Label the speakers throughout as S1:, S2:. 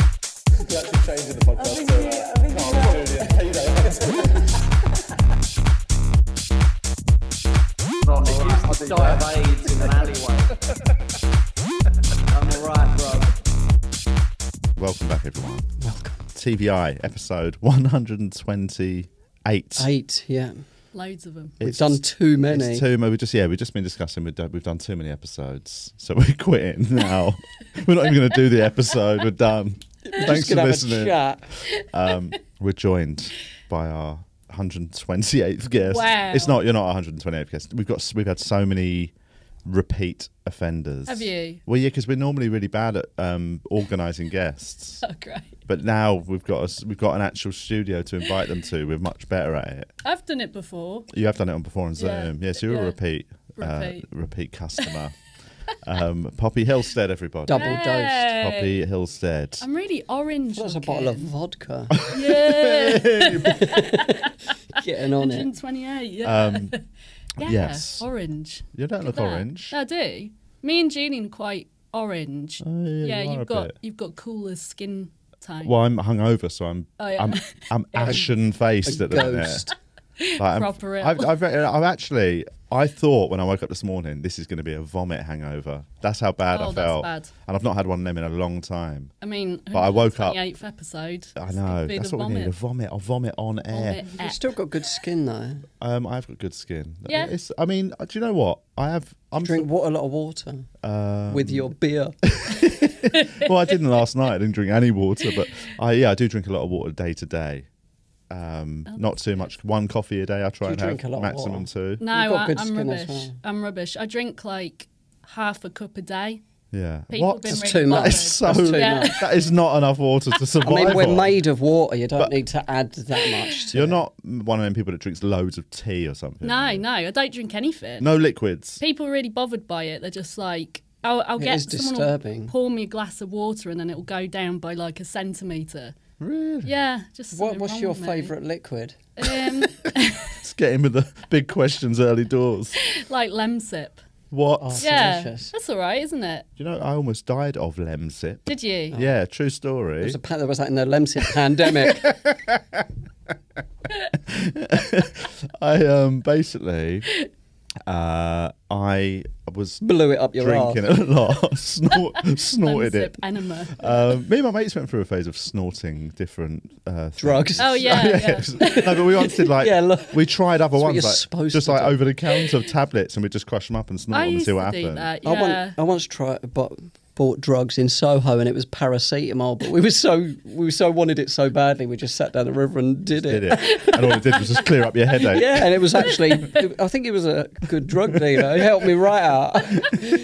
S1: things could actually change in the podcast.
S2: think
S1: so, uh,
S2: you- I think
S1: no,
S2: you
S1: I'm
S2: know.
S1: doing it. Hey, you know,
S3: Not accused of die of AIDS in an alleyway. I'm alright, bro.
S4: Welcome back, everyone. Welcome. TVI episode 128.
S5: Eight, yeah.
S2: Loads of them.
S5: We've
S4: It's
S5: done
S4: just-
S5: too many.
S4: It's too many. We just yeah, we've just been discussing. We've done, we've done too many episodes, so we're quitting now. we're not even going to do the episode. We're done. Thanks for
S5: Just gonna have a
S4: listening.
S5: chat.
S4: Um, we're joined by our 128th guest.
S2: Wow.
S4: It's not. You're not 128th guest. We've got. s- We've had so many repeat offenders.
S2: Have you?
S4: Well, yeah, because we're normally really bad at um, organising guests.
S2: Oh, great.
S4: But now we've got us. We've got an actual studio to invite them to. We're much better at it.
S2: I've done it before.
S4: You have done it on before on Zoom.
S2: Yeah,
S4: Yeah, so you're
S2: yeah.
S4: a repeat, Uh,
S2: Repeat.
S4: repeat customer. um, Poppy Hillstead, everybody.
S5: Double dosed.
S2: Hey.
S4: Poppy Hillstead.
S2: I'm really orange.
S5: That's a
S2: looking.
S5: bottle of vodka.
S2: Yeah.
S5: Getting on it.
S2: 128. Yeah.
S4: Um,
S2: yeah.
S4: yes.
S2: Orange.
S4: you don't look
S2: That-
S4: orange.
S2: I do. Me and Julian are quite orange.
S4: Oh, yeah, you are a
S2: you've got
S4: bit.
S2: you've got cooler skin tone.
S4: Well, I'm hungover, so I'm
S2: Oh, yeah.
S4: I'm I'm ashen faced at the minute.
S5: Ghost.
S4: Like, I'm-
S2: Proper ill.
S4: I've, I've, I've actually I thought when I woke up this morning this is going to be a vomit hangover. That's how bad
S2: Oh,
S4: I
S2: that's
S4: felt,
S2: bad.
S4: and I've not had one of them in a long time.
S2: I mean,
S4: But I woke up-
S2: 28th episode.
S4: I
S2: it's
S4: know
S2: gonna be
S4: that's
S2: the
S4: what we need. A vomit.
S2: vomit.
S4: A vomit on air.
S2: Vomit
S5: You've
S2: app.
S5: still got good skin though.
S4: Um, I've got good skin.
S2: Yeah.
S4: It's, I mean, uh, do you know what? I have. I'm
S5: Drink what a lot of water
S4: Um,
S5: with your beer.
S4: well, I didn't last night. I didn't drink any water, but I yeah, I do drink a lot of water day to day. Um,
S2: Oh,
S4: not too much. One coffee a day. I try
S5: Do you
S4: and
S5: drink
S4: have
S5: a lot of
S4: maximum two.
S2: No,
S5: You've got
S2: I,
S5: good
S2: I'm
S5: skin as
S2: rubbish.
S5: well.
S2: I'm rubbish. I drink like half a cup a day.
S4: Yeah.
S2: People
S4: what?
S2: been
S5: That's
S2: really
S5: too much.
S4: That
S2: bothered.
S4: is so.
S5: That's too
S2: Yeah. much.
S4: That is not enough water to
S5: I
S4: survive.
S5: mean, we're
S4: on.
S5: made of water. You don't
S4: But-
S5: need to add that much. To
S4: You're
S5: it.
S4: not one of them people that drinks loads of tea or something.
S2: No,
S4: are you?
S2: no, I don't drink anything.
S4: No liquids.
S2: People are really bothered by it. They're just like, I'll, I'll
S5: It
S2: get
S5: is
S2: someone will
S5: disturbing.
S2: pour me a glass of water and then it'll go down by like a centimetre.
S4: Really?
S2: Yeah, just
S5: What,
S2: something
S5: what's
S2: wrong
S5: your
S2: with me.
S5: favourite liquid?
S2: Um,
S4: Let's get in with the big questions early doors.
S2: like Lemsip.
S4: What?
S5: Oh,
S2: Yeah,
S5: delicious.
S2: that's all right, isn't it?
S4: You know, I almost died of lemsip.
S2: Did you?
S4: Yeah, true story.
S5: There was, Oh. a, pa- there was that in the Lemsip pandemic.
S4: I um basically uh I was
S5: Blew it up your
S4: drinking
S5: arse.
S4: it a lot, snort, snorted
S2: Lemsip
S4: it.
S2: enema.
S4: Um, me and my mates went through a phase of snorting different uh, things.
S5: Drugs.
S2: Oh yeah, yeah.
S4: no, but we once did like
S5: Yeah, look.
S4: we tried other
S5: That's what
S4: ones
S5: you're
S4: like
S5: supposed
S4: just
S5: to
S4: like
S5: do.
S4: over the counter tablets, and we just crush them up and snort
S2: I
S4: them and
S2: used
S4: see
S2: to
S4: what
S2: do
S4: happened.
S2: that.
S5: I,
S2: Yeah.
S5: once, I once tried, but bought drugs in Soho, and it was paracetamol. But we were so we so wanted it so badly, we just sat down the river and did it.
S4: Did it, and all it did was just clear up your headache.
S5: Yeah, and it was actually, I think it was a good drug dealer. He helped me right out.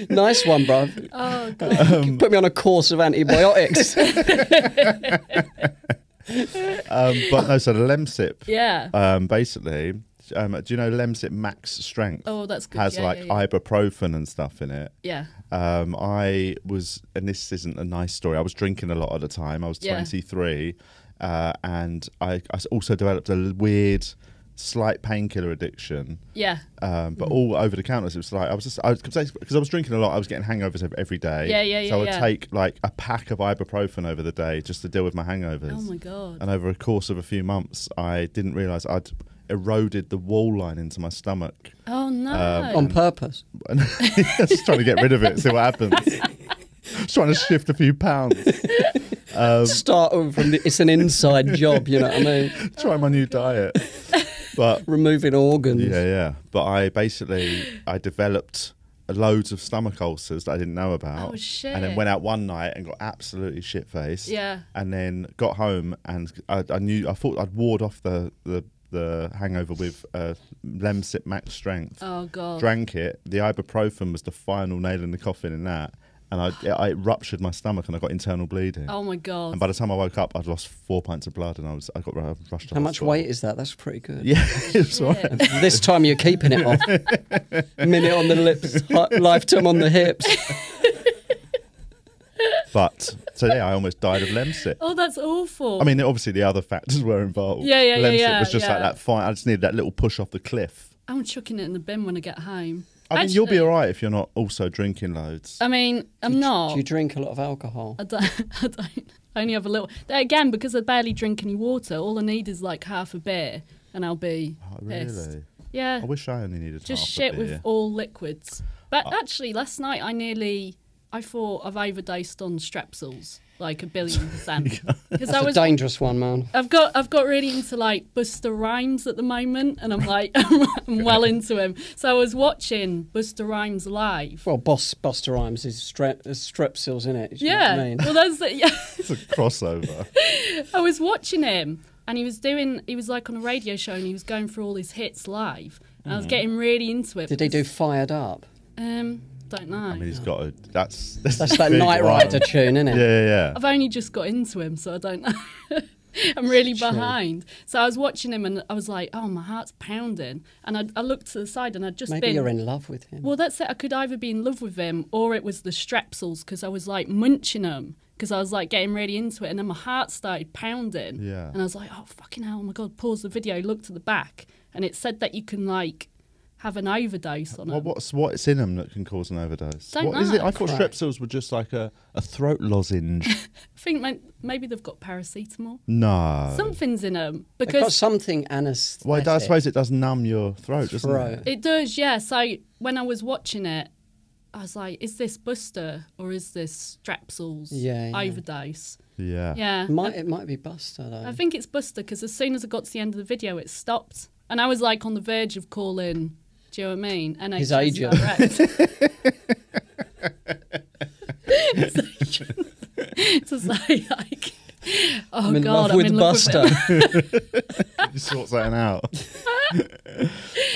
S5: nice one, bruv.
S2: Oh god.
S5: Put me on a course of antibiotics.
S4: Um, but no, so the Lemsip,
S2: Yeah.
S4: um, basically, um, do you know Lemsip Max Strength?
S2: Oh, that's good.
S4: Has
S2: Yeah,
S4: like
S2: yeah, yeah.
S4: ibuprofen and stuff in it.
S2: yeah.
S4: Um, I was, and this isn't a nice story. I was drinking a lot at the time. I was
S2: Yeah.
S4: 23, uh, and I, I also developed a l- weird, slight painkiller addiction.
S2: Yeah.
S4: Um,
S2: Hmm.
S4: but all over the counters, it was like I was just I was because I was drinking a lot. I was getting hangovers ev- every day.
S2: Yeah, yeah,
S4: So I
S2: yeah,
S4: would
S2: yeah.
S4: take like a pack of ibuprofen over the day just to deal with my hangovers.
S2: Oh my god.
S4: And over a course of a few months, I didn't realize I'd eroded the wall line into my stomach.
S2: Oh no.
S4: um,
S5: on purpose.
S4: And I was just trying to get rid of it, see what happens. Just trying to shift a few pounds. Um,
S5: Start over from the, it's an inside job, you know what I mean?
S4: Try my new diet. But
S5: Removing organs.
S4: yeah, yeah. But I basically I developed loads of stomach ulcers that I didn't know about.
S2: Oh, shit.
S4: And then went out one night and got absolutely shit faced.
S2: Yeah.
S4: And then got home and I, I knew I thought I'd ward off the the, the hangover with uh, Lemsip Max Strength.
S2: oh god.
S4: drank it. The ibuprofen was the final nail in the coffin in that, and I it, I ruptured my stomach and I got internal bleeding.
S2: Oh my god.
S4: And by the time I woke up, I'd lost four pints of blood, and I was I got ru- rushed. to
S5: How much
S4: hospital.
S5: weight is that? That's pretty good.
S4: Yeah, it's right.
S2: Shit.
S5: This time you're keeping it off. Minute on the lips, hi- lifetime on the hips.
S4: But so yeah, I almost died of lemsip.
S2: Oh, that's awful.
S4: I mean, obviously the other factors were involved.
S2: Yeah, yeah, yeah,
S4: Lemsip
S2: yeah,
S4: was just
S2: yeah.
S4: like that. Fine, I just needed that little push off the cliff.
S2: I'm chucking it in the bin when I get home.
S4: I mean, you'll be
S2: Actually-
S4: all right if you're not also drinking loads.
S2: I mean, I'm not.
S5: Do you drink a lot of alcohol?
S2: I don't. I don't. I only have a little. there Again, because I barely drink any water, all I need is like half a beer, and I'll be
S4: Oh,
S2: pissed.
S4: really?
S2: Yeah.
S4: I wish I only needed
S2: just
S4: half a
S2: shit with
S4: beer.
S2: all liquids. But actually, last night I nearly. I thought I've overdosed on Strepsils like a billion percent because I
S5: That's
S2: was.
S5: a dangerous one, man.
S2: I've got I've got really into like Buster Rhymes at the moment, and I'm like I'm well into him. So I was watching Buster Rhymes live.
S5: Well, Boss Buster Rhymes is strep, is strepsils in it. do you know what I
S2: Yeah,
S5: mean?
S2: well, that's the, yeah.
S4: It's a crossover.
S2: I was watching him and he was doing, he was like on a radio show and he was going through all his hits live. And I was getting really into it.
S5: Mm. Did they do
S2: because-
S5: fired up?
S2: Um, don't know. I
S4: I mean, he's got a. That's that's,
S5: That's that
S4: big
S5: Night Rider
S4: one.
S5: tune, isn't
S4: Yeah,
S5: it?
S4: yeah, yeah.
S2: have only just got into him, so I don't know. I'm really
S5: Shame.
S2: behind. So I was watching him and I was like, oh, my heart's pounding. And I, I looked to the side and I'd just
S5: Maybe
S2: been.
S5: you're in love with him.
S2: Well, that's it. I could either be in love with him or it was the Strepsils because I was like munching them because I was like getting really into it and then my heart started pounding.
S4: Yeah.
S2: And I was like, oh, fucking hell, oh my God, pause the video, look to the back. And it said that you can like have an overdose on
S4: What,
S2: it.
S4: what's what's in them that can cause an overdose?
S2: Don't
S4: What is it?
S2: know.
S4: I thought
S5: Crap.
S4: strepsils were just like a, a throat lozenge.
S2: I think may- maybe they've got paracetamol.
S4: no.
S2: Something's in them
S5: They've got
S2: because
S5: something anesthetic.
S4: Well, I suppose it does numb your throat, doesn't
S5: Throat.
S4: it?
S2: it does, yeah. So when I was watching it, I was like, is this Buster or is this Strepsils
S5: Yeah, yeah.
S2: overdose?
S4: Yeah.
S2: Yeah.
S5: Might, it might be Buster though.
S2: I think it's Buster because as soon as I got to the end of the video, it stopped, and I was like on the verge of calling. Do you know what I mean? NHS
S5: His agent.
S2: Direct. to say like, oh
S5: I'm in
S2: god,
S5: love
S2: I'm
S5: with
S2: in love
S5: Buster.
S2: with him.
S4: You sort that out.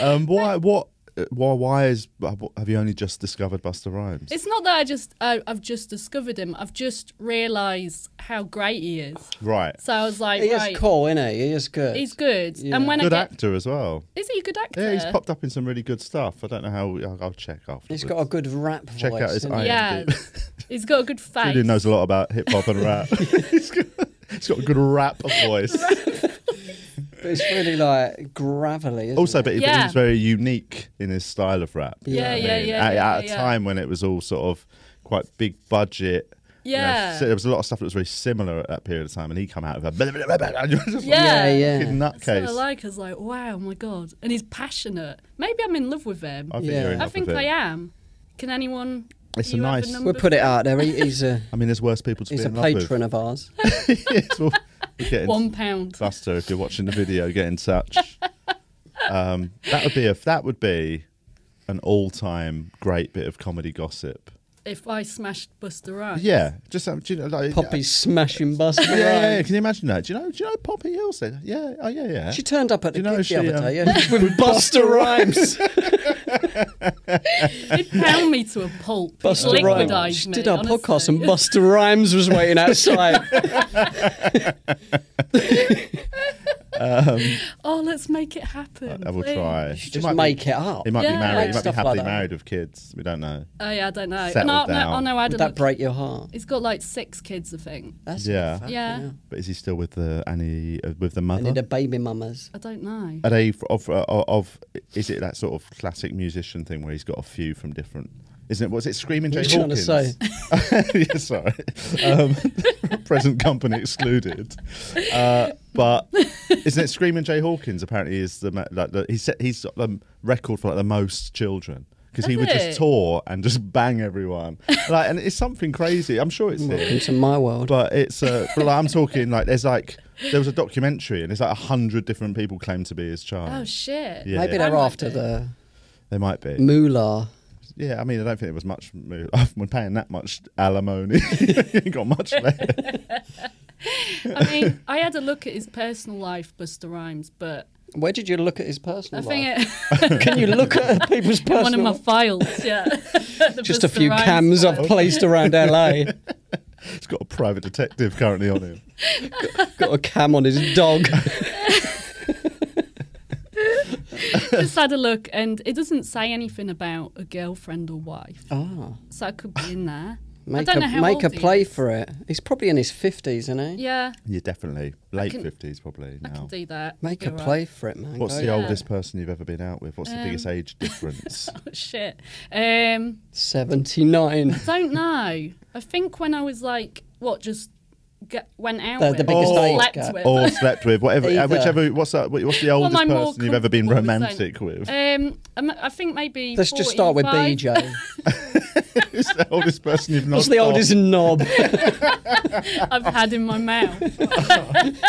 S4: um, why? What? Why? Why is? Have you only just discovered Buster Rhymes?
S2: It's not that I just I, I've just discovered him. I've just realised how great he is.
S4: right.
S2: So I was like,
S5: he
S2: right,
S5: is cool, isn't he? He is good.
S2: he's good.
S5: Yeah.
S2: And when
S4: Good
S2: I get,
S4: actor as well.
S2: is he a good actor?
S4: Yeah, he's popped up in some really good stuff. I don't know how. I'll, I'll check after.
S5: He's got a good rap
S4: Check
S5: voice.
S4: out his
S5: isn't he?
S4: IMDb.
S2: Yes. he's got a good face.
S4: Julian knows a lot about hip hop and rap. he's got he's got a good rap voice.
S5: But it's really like gravelly. Isn't
S4: also,
S5: it?
S4: but he-
S2: Yeah.
S4: he's very unique in his style of rap. you know
S2: Yeah,
S4: what I
S2: yeah,
S4: mean?
S2: yeah,
S4: At,
S2: yeah,
S4: at a
S2: yeah.
S4: time when it was all sort of quite big budget. you know,
S2: Yeah.
S4: so there was a lot of stuff that was very similar at that period of time, and he come out of a blah, blah, blah, blah, blah, and you're just like,
S2: Yeah.
S5: Yeah, yeah.
S4: "Fucking
S2: That's what I
S4: nutcase.
S2: like. I was like, wow, my God. And he's passionate. Maybe I'm in love with him.
S4: I think
S5: Yeah.
S4: you're in
S5: I
S2: I
S4: love
S2: think
S4: with
S2: I
S4: it.
S2: am. Can anyone.
S4: It's
S2: do
S4: a
S2: you have
S4: nice-
S2: number
S5: we'll put it out there. He, he's a
S4: I mean, there's worse people to
S5: he's
S4: be
S5: a
S4: in love
S5: patron of ours.
S4: with. Yes, well, we get in-
S2: One pound.
S4: Buster, if you're watching the video, get in touch. um, that would be a, that would be an all-time great bit of comedy gossip.
S2: If I smashed Buster Rhymes.
S4: Yeah, just um, do you know, like
S5: Poppy's smashing Buster.
S4: Yeah, yeah, yeah,
S5: Rhymes.
S4: Can you imagine that? Do you know? Do you know Poppy Hill said? Yeah, oh yeah, yeah.
S5: She turned up at the
S4: You know,
S5: gig
S4: she,
S5: the other
S4: um,
S5: day yeah, with Buster Rhymes.
S2: He'd pound me to a pulp.
S5: Buster
S2: He'd liquidise
S5: Rhymes. She
S2: me.
S5: did our
S2: honestly.
S5: podcast and Buster Rhymes was waiting outside.
S2: Oh, let's make it happen.
S4: I will
S2: please.
S4: try.
S5: should
S4: He
S5: just
S4: might be-
S5: make it up.
S4: He might
S2: Yeah.
S4: be married. He might
S2: Make
S4: be
S5: stuff like
S4: happily
S5: that.
S4: married with kids. We don't know.
S2: Oh, yeah, I don't know.
S4: Settle
S2: no,
S4: down.
S2: No, oh, no, I
S5: Would
S2: don't
S5: that
S2: know.
S5: break your heart?
S2: He's got like six kids, I think.
S5: That's
S4: Yeah. Uh-huh.
S5: fucking
S2: Yeah.
S5: hell.
S4: But is he still with the Annie uh, with the
S5: I need a
S4: mother?
S5: baby mamas.
S2: I don't know.
S4: Are they f- of, uh, of of is it that sort of classic musician thing where he's got a few from different? Isn't it? Was it Screaming Jay
S5: What you trying to
S4: Hawkins? yeah, sorry. Um, present company excluded. Uh, but isn't it Screaming Jay Hawkins? Apparently, is the ma- like the, he set he's got the record for like the most children because he
S2: Has
S4: would
S2: it?
S4: just tour and just bang everyone. like, and it's something crazy. I'm sure it's
S5: Welcome
S4: it.
S5: to my world.
S4: But it's uh, but like, I'm talking like there's like there was a documentary and it's like a hundred different people claim to be his
S2: Oh,
S4: child.
S2: shit.
S4: Yeah.
S5: Maybe
S2: I
S5: they're
S2: might
S5: after
S2: do.
S5: the
S4: they might be.
S5: moolah.
S4: Yeah, I mean, I don't think it was much. mo- We're paying that much alimony. Ain't got much left.
S2: I mean, I had a look at his personal life, Buster Rhymes, but
S5: Where did you look at his
S2: I
S5: personal life?
S2: think it.
S5: Can you look at people's personal
S2: one of my files. Yeah, The
S5: Just a
S2: Busta
S5: few
S2: Rhymes
S5: cams
S2: file.
S5: I've placed around LA.
S4: He's got a private detective currently on him.
S5: Got a cam on his dog.
S2: Just had a look,
S4: Oh.
S2: and it doesn't say anything about a girlfriend or wife,
S5: Ah.
S2: so I could be in there.
S5: Make
S2: don't
S5: a
S2: know how
S5: make
S2: old
S5: a
S2: he
S5: play
S2: is.
S5: for it. He's probably in his fifties, isn't he?
S2: Yeah,
S4: Yeah, definitely late
S2: can-
S4: fifties probably
S2: I can
S4: now.
S2: do that.
S5: Make
S2: You're
S5: a
S2: right.
S5: play for it, man.
S4: What's
S5: Go
S4: the
S5: for it.
S4: oldest person you've ever been out with?
S2: Um,
S4: What's the biggest age difference?
S2: Oh, shit. Um,
S5: Seventy-nine.
S2: don't know. I think when I was like, what, just get, went out
S5: The-
S2: with,
S5: the biggest
S2: or
S4: age
S2: slept
S5: gap.
S2: with.
S4: or slept with, whatever, uh,
S5: Either.
S4: whichever. What's that? what- What's the oldest
S2: am I more
S4: person you've ever been
S2: comfortable
S4: romantic
S2: with
S4: with?
S2: Um, I'm- I think maybe.
S5: Let's just start with
S2: 45.
S5: BJ.
S4: Who's the oldest person you've not?
S5: What's the oldest knob?
S2: I've had in my mouth.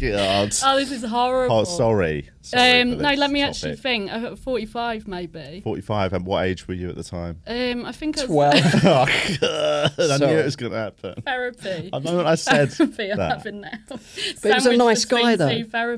S4: God.
S2: Oh, this is horrible.
S4: Oh, sorry. Sorry
S2: Um,
S4: for
S2: no,
S4: this
S2: let me actually
S4: topic.
S2: think. Uh, 45 maybe.
S4: Forty-five. And what age were you at the time?
S2: Um, I think I was
S5: Twelve.
S2: Uh,
S4: oh, God, I knew
S5: Sorry.
S4: it was going to happen.
S2: therapy.
S4: I know what I said.
S2: therapy I'm
S4: that.
S2: having now. But
S5: he was a nice guy, though.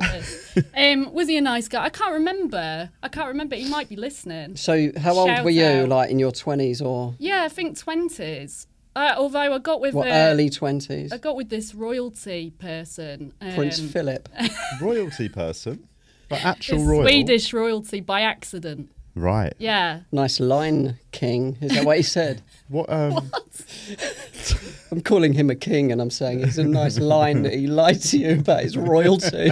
S2: um, was he a nice guy? I can't remember. I can't remember. He might be listening.
S5: So, how old
S2: Shout
S5: were you?
S2: out.
S5: Like in your twenties or
S2: Yeah, I think twenties. Uh, although I got with
S5: what?
S2: uh,
S5: Early twenties.
S2: I got with this royalty person. Um,
S5: Prince Philip.
S4: royalty person, but actual
S2: this
S4: royal.
S2: Swedish royalty by accident.
S4: Right.
S2: Yeah.
S5: Nice line king. Is that what he said?
S4: What? Um,
S5: I'm calling him a king, and I'm saying it's a nice line that he lied to you about his royalty.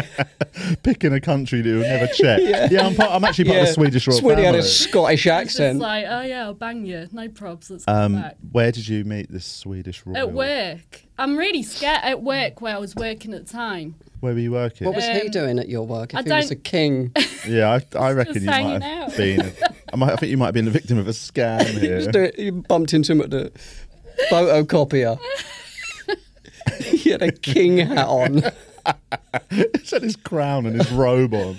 S4: Picking a country that you'll never check. yeah. I'm, part, I'm actually part of the Swedish royal
S5: Sweeney had
S4: family.
S5: a Scottish
S2: It's
S5: accent.
S2: like, oh yeah, I'll bang you. No probs. Let's go
S4: um,
S2: back.
S4: where did you meet this Swedish royal?
S2: At work. I'm really scared at work where I was working at the time.
S4: Where were you working?
S5: what was he
S2: um,
S5: doing at your work? If
S2: I
S5: he was a
S2: don't-
S5: king,
S4: yeah, I, I reckon you might
S2: hanging
S4: have
S2: out.
S4: been. I, might, I think you might have been the victim of a scam here.
S5: Just do it- you bumped into him at the photocopier. he had a king hat on.
S4: He's had his crown and his robe on.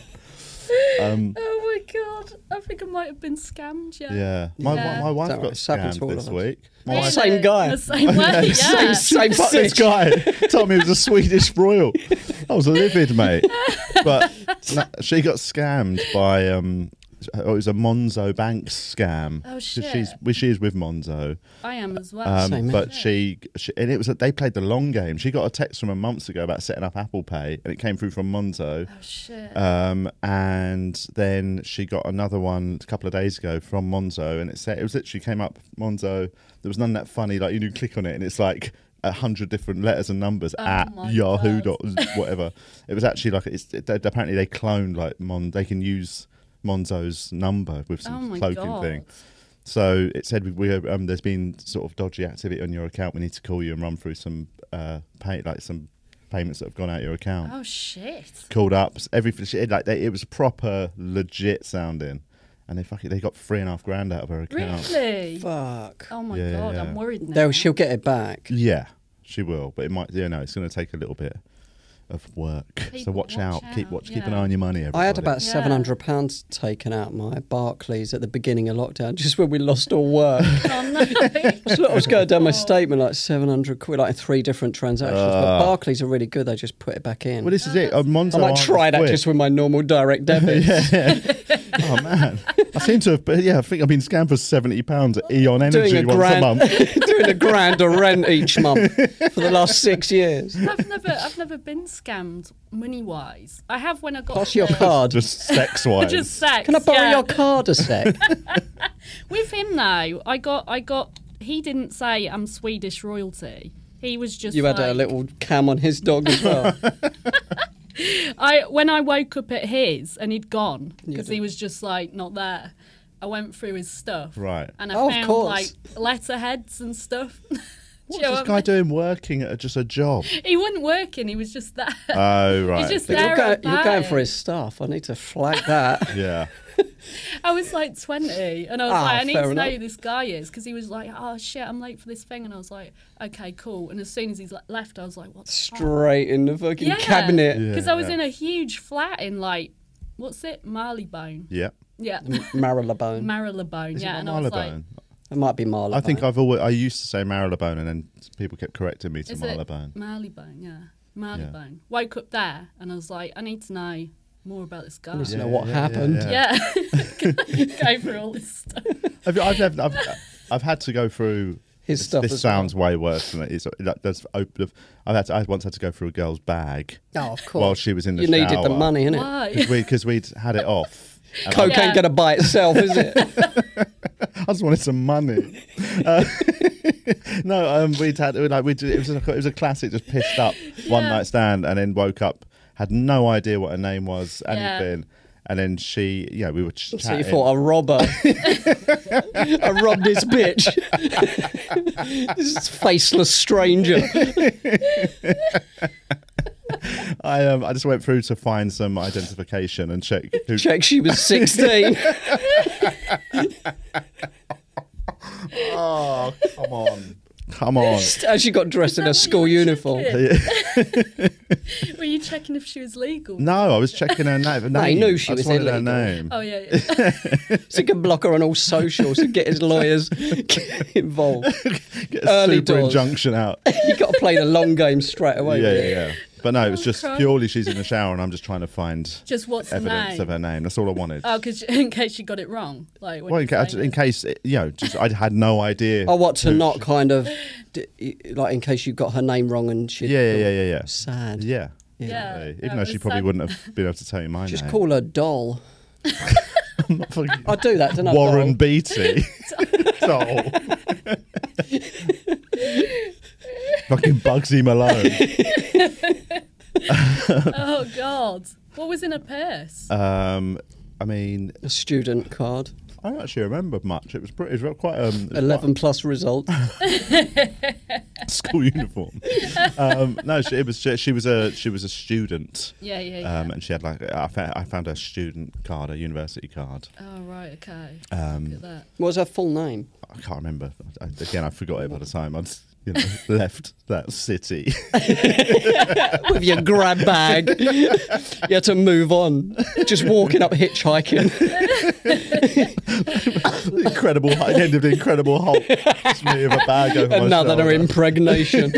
S4: Um,
S2: Oh my god. I think I might have been scammed. Yeah.
S4: yeah, my,
S2: Yeah.
S4: my wife
S5: Don't worry,
S4: got
S5: it's happened to all
S4: scammed this
S5: of us.
S4: week. My
S2: Really?
S4: wife-
S5: Same guy.
S2: The same way. Yeah.
S5: Same
S4: Fuck this
S5: sitch.
S4: guy. Told me he was a Swedish royal. I was livid, mate. But no, she got scammed by um, oh, it was a Monzo Banks scam.
S2: Oh,
S4: So
S2: shit.
S4: She's well, she is with Monzo,
S2: I am as well.
S4: um,
S5: Same,
S4: but she, she and it was that they played the long game. She got a text from her months ago about setting up Apple Pay, and it came through from Monzo.
S2: oh shit.
S4: Um, and then she got another one a couple of days ago from Monzo, and it said it was literally came up Monzo. There was none that funny. Like you do click on it, and it's like a hundred different letters and numbers at
S2: Oh my
S4: Yahoo
S2: God.
S4: dot whatever. it was actually like it's it, they- apparently they cloned like Mon. They can use Monzo's number with
S2: Oh
S4: some
S2: my
S4: cloaking
S2: God.
S4: thing. So it said we- we um, there's been sort of dodgy activity on your account. We need to call you and run through some uh, pay like some payments that have gone out your account
S2: oh shit.
S4: called up everything she like they, it was proper legit sounding and they fucking they got three and a half grand out of her account
S2: Really?
S5: Fuck.
S2: Oh my
S4: Oh, Yeah,
S2: god,
S4: yeah.
S2: I'm worried now.
S5: Though she'll get it back.
S4: yeah she will but it might yeah no it's going to take a little bit of work so
S2: People
S4: watch,
S2: watch
S4: out. keep
S2: out,
S4: watch keep an
S2: yeah.
S4: eye on your money everybody.
S5: I had about
S2: Yeah.
S5: seven hundred pounds taken out my Barclays at the beginning of lockdown, just when we lost all work.
S2: Oh, no.
S5: So I was going down my statement like seven hundred quid, like in three different transactions. but Barclays are really good; they just put it back in.
S4: Ah. well this is
S2: Oh,
S4: it uh, Monzo
S5: I might
S4: aren't
S5: try
S4: as
S5: that
S4: quick.
S5: just with my normal direct debit.
S4: oh man I seem to have but yeah I think I've been scammed for 70 pounds at Eon Energy
S5: Doing a
S4: once a
S5: grand,
S4: month
S5: doing a grand a rent each month for the last six years.
S2: I've never I've never been scammed money wise. I have when I got
S5: Pass your
S2: the-
S5: card.
S4: just sex wise
S2: Just sex.
S5: Can I borrow
S2: yeah.
S5: your card a sec?
S2: With him though, I got I got he didn't say I'm Swedish royalty. He was just
S5: You had a
S2: like-
S5: little cam on his dog as well.
S2: I when I woke up at his and he'd gone because
S5: did.
S2: he was just like not there. I went through his stuff.
S4: Right.
S2: And I
S5: Oh, of
S2: found
S5: course.
S2: like letterheads and stuff. Do
S4: what's
S2: you know
S4: this
S2: what
S4: guy
S2: I
S4: doing working at just a job
S2: mean? He wasn't working, he was just there.
S4: oh right
S2: just
S5: Ah, But you're,
S2: Sarah
S5: go- you're going
S2: Bareilles.
S5: for his stuff. I need to flag that.
S4: yeah
S2: I was like 20 and I was
S5: Ah,
S2: like, I need
S5: fair
S2: to know
S5: enough.
S2: who this guy is because he was like, oh shit, I'm late for this thing. And I was like, okay, cool. And as soon as he's le- left, I was like, what the
S5: Straight in the fucking
S2: Yeah.
S5: cabinet.
S4: Yeah.
S2: Because I was in a huge flat in like, what's it? Marleybone.
S4: yeah
S2: Yeah.
S5: Marylebone.
S2: Marylebone.
S4: Is it
S2: yeah. And I was like,
S4: Marylebone?
S5: it might be Marylebone.
S4: I think I've always I used to say Marylebone, and then people kept correcting me to
S2: Is it-
S4: Marylebone.
S2: Marleybone, yeah. Marleybone. Woke up there and I was like, I need to know more about this guy.
S5: to know what happened.
S2: Yeah. Go through all this stuff.
S4: I've, I've, never- I've, I've had to go through.
S5: His
S4: this,
S5: stuff
S4: This
S5: as well.
S4: sounds way worse than it is. Like, there's, op- I've had to, I once had to go through a girl's bag
S5: Oh, of course.
S4: while she was in the
S5: you needed the
S4: shower.
S5: money, innit?
S2: Why?
S4: because we, 'cause we'd had it off. And I-
S5: Coke ain't
S2: Yeah.
S5: gonna buy itself, is it?
S4: I, just wanted some money. Uh, no, um, we'd had we'd like we it was a, it was a classic, just pissed up one
S2: Yeah.
S4: night stand, and then woke up, had no idea what her name was,
S2: Yeah.
S4: anything, and then she, you know, we were chatting.
S5: So you thought a robber? I robbed this bitch. this faceless stranger.
S4: I um, I just went through to find some identification and check who
S5: Check she was 16.
S4: Oh, come on. Come on.
S5: and she got dressed in a school uniform.
S2: Were you checking if she was legal?
S4: No, I was checking her na- name.
S5: I knew she
S4: I just
S5: was
S4: wanted her
S5: illegal.
S4: name.
S2: Oh yeah, yeah.
S5: So he can block her on all socials and get his lawyers involved.
S4: Get a
S5: Early
S4: super
S5: doors.
S4: injunction out.
S5: you got to play the long game straight
S4: yeah,
S5: away.
S4: yeah,
S5: really.
S4: yeah. But no, it was just
S2: Christ.
S4: purely she's in the shower and I'm just trying to find
S2: Just what's
S4: evidence
S2: the
S4: of
S2: name?
S4: her name. That's all I wanted.
S2: Oh, because in case you got it wrong, like when
S4: well, in,
S2: you
S4: ca-
S2: say
S4: in
S2: it.
S4: case, you know, just I had no idea.
S5: Oh, what to
S4: who
S5: not
S4: she-
S5: kind of d- like in case you got her name wrong and she.
S4: Yeah, yeah, yeah, yeah. yeah.
S5: Sad.
S4: Yeah.
S2: Yeah,
S4: Exactly.
S2: that
S4: Even though she
S2: was
S4: probably
S2: sad.
S4: wouldn't have been able to tell you my
S5: Just
S4: name.
S5: call her doll.
S4: I'm not fucking-
S5: I do that, don't I?
S4: Warren
S5: doll?
S4: Beatty. Doll. Fucking Bugsy Malone.
S2: Oh God, what was in her purse?
S4: Um, I mean,
S5: A student card.
S4: I don't actually remember much. It was pretty, it was quite um, it was
S5: Eleven plus result.
S4: quite a school uniform. um, no, she, it was she, she was a she was a student.
S2: yeah, yeah, yeah.
S4: Um, and she had like I found, I found her student card, a university card.
S2: oh right, okay. Look at
S4: Um,
S2: that.
S5: What was her full name?
S4: I can't remember. I, again, I forgot it by the time I'd you know left that city.
S5: With your grab bag. you had to move on. Just walking up hitchhiking.
S4: The incredible, I end of the Incredible Hulk. Just me with a bag over my
S5: Another
S4: shoulder.
S5: impregnation.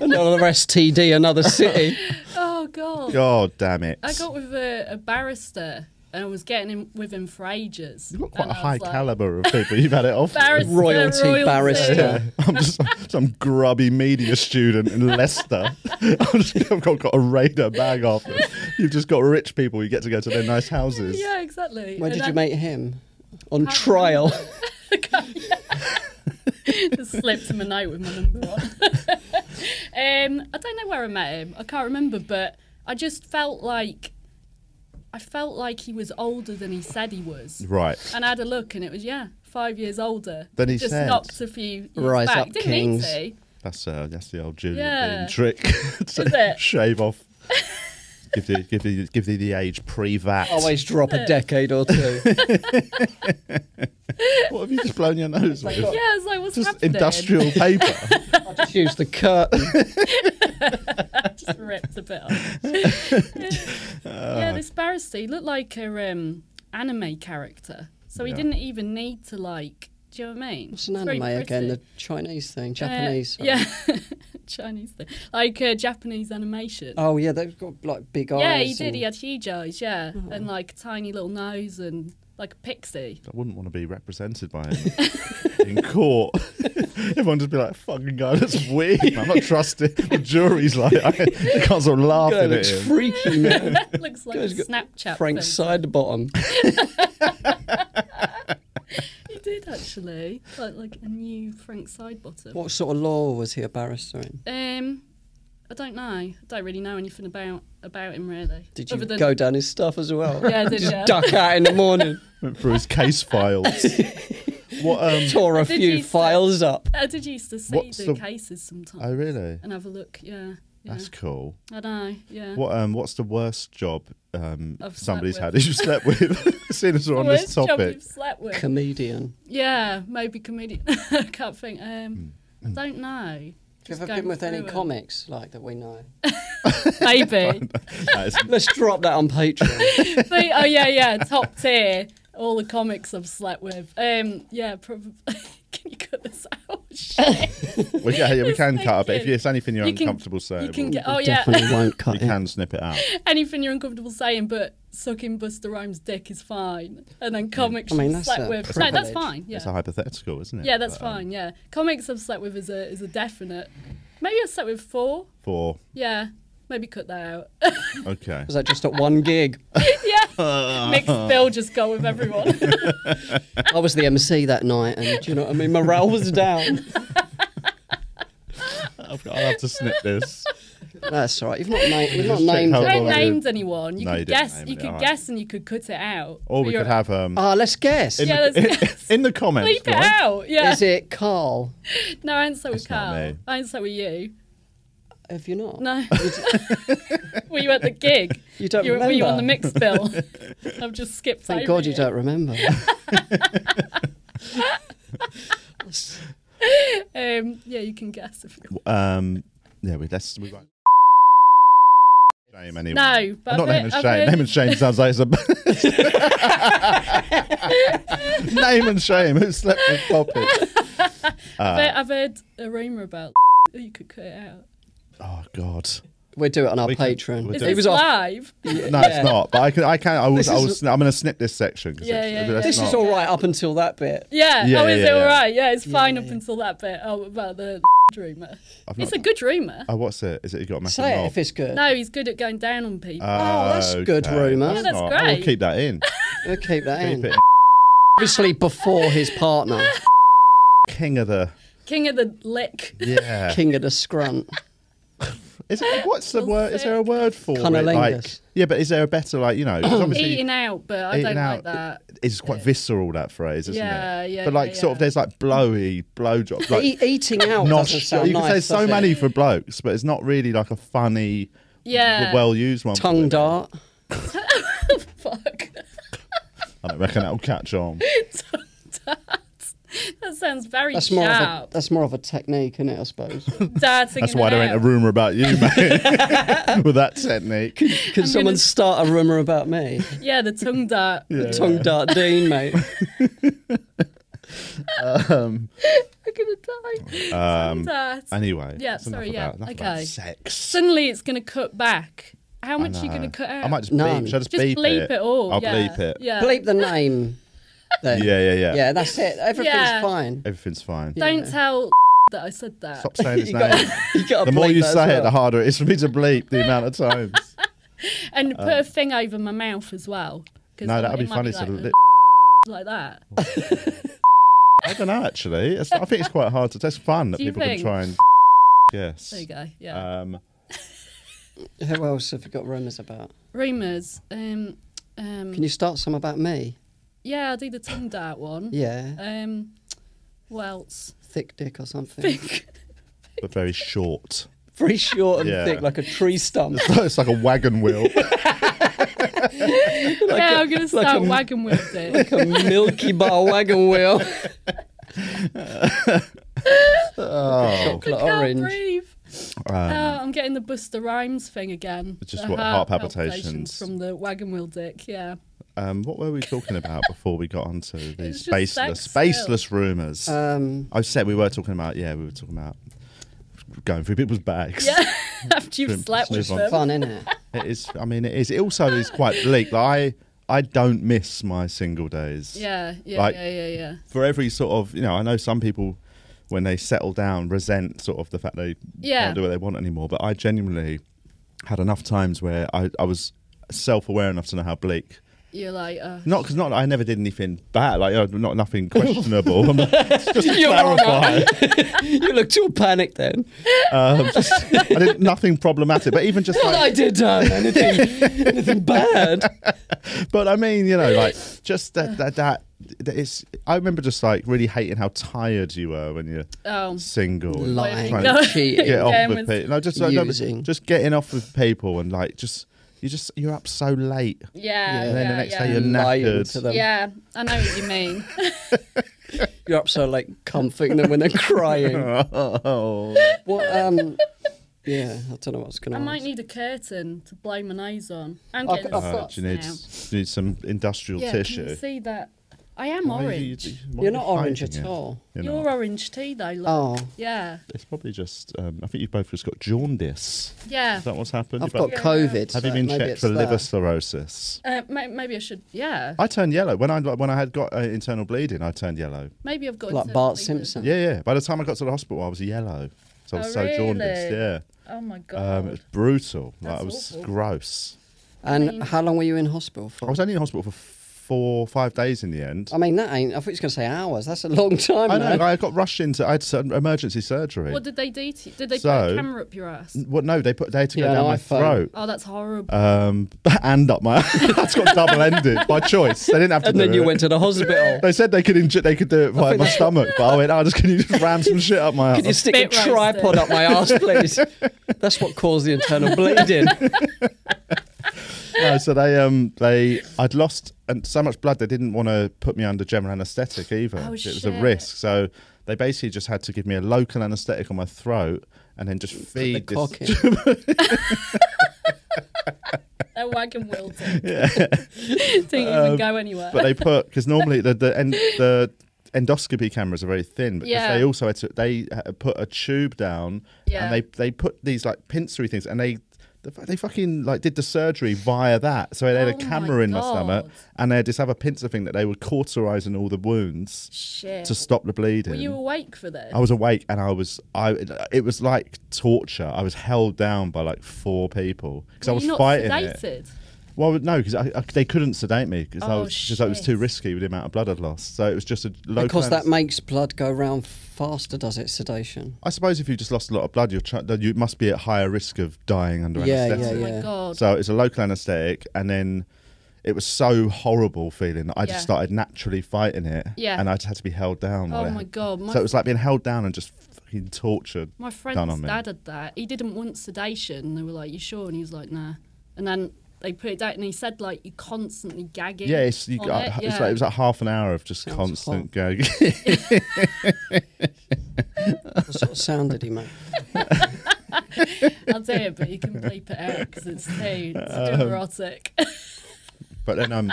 S5: another STD, another city.
S2: Oh God.
S4: God damn it!
S2: I got with a, a barrister and I was getting in with him for ages.
S4: You've got quite
S2: And
S4: a
S2: I
S4: high
S2: was like,
S4: caliber of people you've had it off. with.
S2: Barrister,
S5: Royalty
S2: royalty.
S5: barrister.
S4: I'm just some grubby media student in Leicester. I'm just, I've got, got a raider bag after. You've just got rich people. You get to go to their nice houses.
S2: Yeah, exactly.
S5: Where
S2: And
S5: did you
S2: I-
S5: meet him? On trial.
S2: Just slipped him a note with my number on. um, I don't know where I met him. I can't remember, but I just felt like I felt like he was older than he said he was.
S4: Right.
S2: And I had a look, and it was yeah, five years older.
S4: Than he
S2: just
S4: said.
S2: knocked a few years
S5: Rise
S2: back.
S5: up,
S2: Didn't
S5: kings.
S2: need
S4: That's uh, that's the old Julian
S2: Yeah.
S4: Bean trick. To
S2: Is it?
S4: Shave off. give the give the give the, the age pre vax.
S5: Always drop a decade or two.
S4: what have you just blown your nose with?
S2: to. Yeah, I was like, what's
S4: Just
S2: happening?
S4: industrial paper.
S5: Just use the curtain.
S2: just ripped a bit off. yeah, this barrister he looked like a um, anime character, so he
S4: Yeah.
S2: didn't even need to like. Do you know what I mean?
S5: What's an
S2: It's very
S5: anime again?
S2: pretty.
S5: The Chinese thing,
S2: Uh,
S5: Japanese. sorry.
S2: yeah, Chinese thing, like uh, Japanese animation.
S5: Oh yeah, they've got like big eyes.
S2: yeah, he did.
S5: and-
S2: He had huge eyes, yeah,
S5: Oh.
S2: and like a tiny little nose and like a pixie.
S4: I wouldn't want to be represented by him in court. Everyone just be like, "Fucking guy, that's weird." man. I'm not trusting. The jury's like, I you can't stop
S5: Guy
S4: laughing at
S5: looks
S4: him.
S5: freaky, man.
S2: Looks like a
S5: Guy's got
S2: Snapchat.
S5: Frank
S2: filter.
S5: Sidebottom.
S2: He did actually, like, like a new Frank Sidebottom.
S5: What sort of law was he a barrister in?
S2: Um, I don't know. I don't really know anything about about him really.
S5: Did you
S2: Other than-
S5: go down his stuff as well?
S2: Yeah, I did,
S5: Just
S2: yeah.
S5: duck out in the morning,
S4: Went through his case files. what? Um,
S5: tore a
S2: Did
S5: few
S2: you say-
S5: files up.
S2: I did used to see
S4: What's the-
S2: the, cases sometimes.
S4: oh, really?
S2: And have a look. Yeah. yeah.
S4: That's cool.
S2: I know. Yeah.
S4: What? Um, what's the worst job um,
S2: I've slept
S4: somebody's
S2: with.
S4: had? That you slept with? Seeing as we're on
S2: Worst
S4: this
S2: job
S4: topic,
S2: you've slept with.
S5: Comedian.
S2: yeah, maybe comedian. I can't think. Um,
S4: Hmm.
S2: I don't know.
S5: Have you
S2: Just
S5: ever
S2: going
S5: been with any
S2: through 'em.
S5: comics like that we know?
S2: Maybe.
S4: That is-
S5: Let's drop that on Patreon.
S2: Think- oh yeah, yeah. Top tier. All the comics I've slept with. Um, yeah, probably. Can you cut this out? Shit.
S4: well, yeah, yeah, we
S2: Just
S4: can cut a bit. If
S2: thinking.
S4: you- it's anything you're
S2: You can-
S4: uncomfortable saying,
S2: you can
S4: we'll-
S2: get. Oh
S5: We
S2: yeah.
S5: Definitely won't cut
S4: we
S5: it.
S4: can snip it out.
S2: anything you're uncomfortable saying, but sucking Buster Rhymes' dick is fine. And then comics
S5: I mean,
S2: you've
S5: that's
S2: slept
S5: a
S2: with. No,
S5: privilege.
S2: that's fine. Yeah,
S4: It's a hypothetical, isn't it?
S2: yeah, that's
S4: But, um,
S2: fine. Yeah, comics I've slept with is a is a definite. Maybe I slept with four.
S4: For
S2: Yeah, maybe cut that out.
S4: okay.
S5: Was that just at one gig?
S2: yeah, Makes Bill just go with everyone.
S5: I was the MC that night, and do you know what I mean? Morale was down.
S4: I've got, I'll have to snip this.
S5: That's all right. You've not, na- you've not
S4: Just check
S5: named
S4: how long-
S5: it.
S2: I don't
S4: Well, I
S2: named
S4: did-
S2: anyone. You
S4: No, you
S2: could
S4: didn't
S2: guess.
S4: name
S2: You
S4: it,
S2: could
S4: alright.
S2: guess, and you could cut it out.
S4: Or
S2: But
S4: we
S2: you're-
S4: could have um
S5: Ah, let's guess.
S4: in,
S2: Yeah,
S4: the,
S2: let's
S4: in, in the comments.
S2: bleep it
S4: Right?
S2: out. Yeah.
S5: Is it Carl?
S2: No, I didn't say with
S4: not
S2: Carl. I
S4: me.
S2: didn't say with you.
S5: Have you not?
S2: No. were you at the gig?
S5: You don't
S2: You were, were you on the
S5: remember?
S2: mix bill? I've just skipped.
S5: Thank
S2: over
S5: God you
S2: it.
S5: don't remember.
S2: Um, yeah, you can guess. If you
S4: Um, yeah, we let's we won't. Shame anyway.
S2: No, but
S4: not
S2: I've
S4: name
S2: heard-
S4: and
S2: I've
S4: shame.
S2: heard-
S4: Name and shame sounds like it's a. name and shame. Who slept with Poppy?
S2: I've,
S4: Ah.
S2: heard, I've heard a rumor about. that You could cut it out.
S4: Oh God.
S5: We'll do it on our
S4: We can-
S5: Patreon.
S4: we'll
S2: Is
S4: do
S5: He
S4: it.
S2: this
S5: was off.
S2: live?
S4: No, it's not. But I can. I can. I was.
S5: This
S4: I
S5: is-
S4: was. I'm going to snip this section. 'cause
S2: Yeah,
S4: it's-
S2: yeah,
S4: that's
S2: yeah.
S5: This
S4: not-
S5: is all right up until that bit.
S2: Yeah.
S4: Yeah,
S2: oh, is
S4: yeah,
S2: it
S4: yeah.
S2: all right? Yeah, it's fine
S5: yeah,
S2: up
S5: yeah.
S2: until that bit. Oh, about the dreamer.
S4: I've
S2: It's a
S4: not-
S2: good dreamer.
S4: Oh, what's it? Is it you got a massive
S5: Say it
S4: knob?
S5: if it's good.
S2: No, he's good at going down on people.
S4: Oh,
S5: that's good rumour. Yeah,
S2: that's
S4: not- I will
S2: great.
S4: keep that in.
S5: We'll keep that
S4: keep
S5: in.
S4: it.
S5: Obviously, before his partner,
S4: King of the.
S2: King of the lick.
S4: Yeah.
S5: king of the scrunt.
S4: Is it, what's the
S2: Well,
S4: word? Is there a word for it? Like,
S5: Cunnilingus.
S4: yeah, but is there a better like you know? 'cause obviously
S2: Eating out, but I
S4: eating
S2: don't
S4: out
S2: like that.
S4: is quite visceral that phrase, isn't
S2: Yeah,
S4: it?
S2: yeah,
S4: But like
S2: yeah,
S4: sort of
S2: yeah.
S4: there's like blowy blowjobs, like
S5: E- eating out
S4: nosh.
S5: doesn't sound
S4: you can
S5: nice.
S4: say so
S5: does it?
S4: many for blokes, but it's not really like a funny,
S2: Yeah.
S4: well used one. for
S5: Tongue
S4: women.
S5: dart.
S2: Fuck.
S4: I don't reckon that'll catch on.
S2: That sounds very
S5: That's more, of a,
S2: sharp.
S5: that's more of a technique, isn't it, I suppose?
S2: Darting
S4: That's
S2: it
S4: why there
S2: out.
S4: ain't a rumor about you, mate, with that technique.
S5: Can someone
S2: gonna-
S5: start a rumour about me?
S2: Yeah, the tongue dart.
S5: Tongue dart Dean, mate.
S2: I'm gonna die.
S4: Um,
S2: tongue dart.
S4: Anyway,
S2: Yeah,
S4: that's enough
S2: sorry, yeah,
S4: about- enough about
S2: okay.
S4: sex.
S2: Suddenly, it's gonna cut back. How much are you
S4: No.
S2: gonna cut out?
S4: I might just
S5: None.
S4: bleep. Should I just,
S2: just
S4: bleep,
S2: bleep it. all.
S4: I'll
S2: yeah.
S4: bleep it.
S2: Yeah.
S5: Bleep the name. then.
S4: Yeah, yeah, yeah.
S5: Yeah, that's it. Everything's
S2: Yeah.
S5: fine.
S4: Everything's fine.
S2: Don't tell that I said that.
S4: Stop saying his
S5: You gotta-
S4: name.
S5: You gotta
S4: The more
S5: bleep
S4: you
S5: that as
S4: say it, the
S5: well.
S4: harder it is for me to bleep the amount of times.
S2: And put a thing over my mouth as well. 'cause
S4: Um, No,
S2: it
S4: that'd be
S2: might
S4: funny.
S2: Like,
S4: so li-
S2: like that.
S4: I don't know, actually. It's, I think it's quite hard to. It's fun that
S2: Do you
S4: people
S2: think?
S4: can try and. Yes.
S2: There you go. Yeah.
S4: Um,
S5: Who else have you got rumours about?
S2: Rumors. Um, um,
S5: Can you start some about me?
S2: yeah, I'll do the tongue dart one.
S5: Yeah.
S2: Um, what else?
S5: Thick dick or something.
S4: but very short.
S5: Very short and
S4: Yeah.
S5: thick, like a tree stump.
S4: it's like a wagon wheel.
S2: yeah, i I'm gonna start
S5: a-
S2: wagging with it.
S5: like a Milky Bar wagon wheel.
S4: Oh,
S5: Chocolate
S2: Can't
S5: orange.
S2: breathe.
S4: um,
S2: Oh, I'm getting the Buster Rhymes thing again.
S4: It's just
S2: The
S4: what, heart palpitations.
S2: from the wagon wheel dick. Yeah.
S4: um, what were we talking about before we got onto these
S2: just
S4: baseless,
S2: sex
S4: baseless rumours?
S5: Um,
S4: I said we were talking about. Yeah, we were talking about going through people's bags.
S2: Yeah. After you've
S4: Shrimp-
S2: slept with
S4: shrimp on
S2: them.
S5: fun, innit?
S4: It is. I mean, it is. It also is quite bleak. Like, I I don't miss my single days.
S2: Yeah. Yeah.
S4: Like-
S2: yeah. Yeah. Yeah.
S4: for every sort of you know, I know some people when they settle down resent sort of the fact they
S2: Yeah.
S4: can't do what they want anymore. But I genuinely had enough times where I, I was self aware enough to know how bleak.
S2: You're like. Uh,
S4: Not because not I never did anything bad, like uh, not nothing questionable. I'm not, just to
S5: You're
S4: clarify,
S5: You looked all panicked then.
S4: um, just, I did nothing problematic. But even just
S5: Not that
S4: like,
S5: I did Dan, anything, anything bad.
S4: but I mean, you know, like just that that that. that It's. I remember just like really hating how tired you were when you're
S2: Oh.
S4: single. and
S5: Lying,
S4: trying to-
S5: cheating.
S4: get off
S2: Again
S4: with
S2: with
S4: people. No, just like, no, but
S5: using.
S4: just getting off with people and like just you just you're up so late.
S2: Yeah.
S5: Yeah.
S2: yeah
S4: And then the next
S2: yeah.
S4: day you're
S5: Lying
S4: knackered.
S5: to them.
S2: Yeah, I know what you mean.
S5: You're up so like comforting them when they're crying.
S4: Oh,
S5: What? Um, yeah, I don't know what's going
S2: I
S5: on.
S2: might need a curtain to blow my nose on. I'm
S5: I've-
S2: getting
S5: I've
S4: Uh,
S2: spots
S4: do you need,
S2: now.
S4: do you need some industrial
S2: Yeah,
S4: tissue.
S2: can you see that? I am
S4: Why are you-
S2: orange.
S4: why are
S5: You're not
S4: you
S5: orange
S4: hiding
S5: at
S4: it?
S5: all.
S4: You're
S2: You're
S4: not.
S2: orange tea though. Look.
S5: Oh,
S2: Yeah,
S4: It's probably just. Um, I think you've both just got jaundice.
S2: yeah.
S4: Is that what's happened?
S5: I've
S4: You've
S5: got COVID.
S4: Have
S5: so
S4: you been
S5: maybe
S4: checked
S5: it's
S4: for
S5: that.
S4: liver sclerosis?
S2: Uh, may- maybe I should. Yeah,
S4: I turned yellow when I when I had got uh, internal bleeding. I turned yellow.
S2: maybe I've got
S5: Like
S2: to-
S5: Bart Simpson.
S4: Yeah, yeah. By the time I got to the hospital, I was yellow. So I was
S2: Oh,
S4: so jaundiced.
S2: really?
S4: Yeah.
S2: Oh my god.
S4: Um, it was brutal. Like,
S2: That's
S4: it was
S2: awful.
S4: gross.
S5: And how long were you in hospital for?
S4: I was only in hospital for four, five days in the end.
S5: I mean, that ain't. I thought you was going to say hours. That's a long time.
S4: I
S5: man.
S4: know. I got rushed into. I had some emergency surgery.
S2: What did they do to you? Did they put
S4: So- uh,
S2: a camera up your ass?
S4: What? No, they put. They had to
S5: Yeah,
S4: go down
S5: an
S4: my
S5: iPhone.
S4: throat.
S2: Oh, that's horrible.
S4: Um, and up my. That's got double ended by choice. They didn't have to.
S5: And
S4: do
S5: then you
S4: it.
S5: went to the hospital.
S4: They said they could inj- they could do it via my stomach, but I went, oh, just can you just ram some shit up my
S5: Could you
S4: ass?
S5: stick a
S2: Spit roasted.
S5: tripod up my ass, please? That's what caused the internal bleeding.
S4: No, so they um they I'd lost and so much blood they didn't want to put me under general anaesthetic either.
S2: Oh,
S4: it was
S2: shit.
S4: a risk. So they basically just had to give me a local anaesthetic on my throat and then just
S5: The
S4: feed this
S5: cock in.
S2: They're wagging Wilton. Didn't even go anywhere.
S4: Um, but they put because normally the the, end, the endoscopy cameras are very thin because
S2: Yeah.
S4: they also had to they uh, put a tube down
S2: Yeah.
S4: and they they put these like pincery things and they the fu- they fucking like did the surgery via that so they had
S2: Oh
S4: a
S2: my
S4: camera in my stomach
S2: God.
S4: and they had this other pincer thing that they were cauterizing all the wounds
S2: Shit.
S4: to stop the bleeding
S2: Were you awake for this?
S4: I was awake and I was I it was like torture I was held down by like four people because I
S2: Were
S4: was
S2: you not
S4: fighting it
S2: sedated?
S4: well, no, because I, I, they couldn't sedate me because I
S2: Oh,
S4: was just it was too
S2: shit.
S4: risky with the amount of blood I'd lost. So it was just a local.
S5: Because that
S4: anesth-
S5: makes blood go round faster, does it? Sedation.
S4: I suppose if you just lost a lot of blood, you're tr- then you must be at higher risk of dying under
S5: Yeah,
S4: anaesthetic.
S5: yeah,
S2: Oh
S5: yeah.
S2: my god.
S4: So it's a local anaesthetic, and then it was so horrible feeling. that I
S2: Yeah.
S4: just started naturally fighting it,
S2: Yeah.
S4: and I just had to be held down.
S2: oh
S4: by it.
S2: my god. My,
S4: So it was like being held down and just fucking tortured.
S2: my
S4: done
S2: friend's
S4: on me.
S2: dad had that. He didn't want sedation. and They were like, "You sure?" And he was like, "Nah." And then they put it down, and he said like, "You constantly gagging."
S4: Yeah, it's, you,
S2: on
S4: I,
S2: it.
S4: it's
S2: Yeah.
S4: like it was like half an hour of just
S5: Sounds
S4: constant
S5: hot.
S4: going.
S5: What sort of sound did he make?
S2: I'll do it, but you can bleep it out because it's too, it's too
S4: Um,
S2: erotic.
S4: But then um,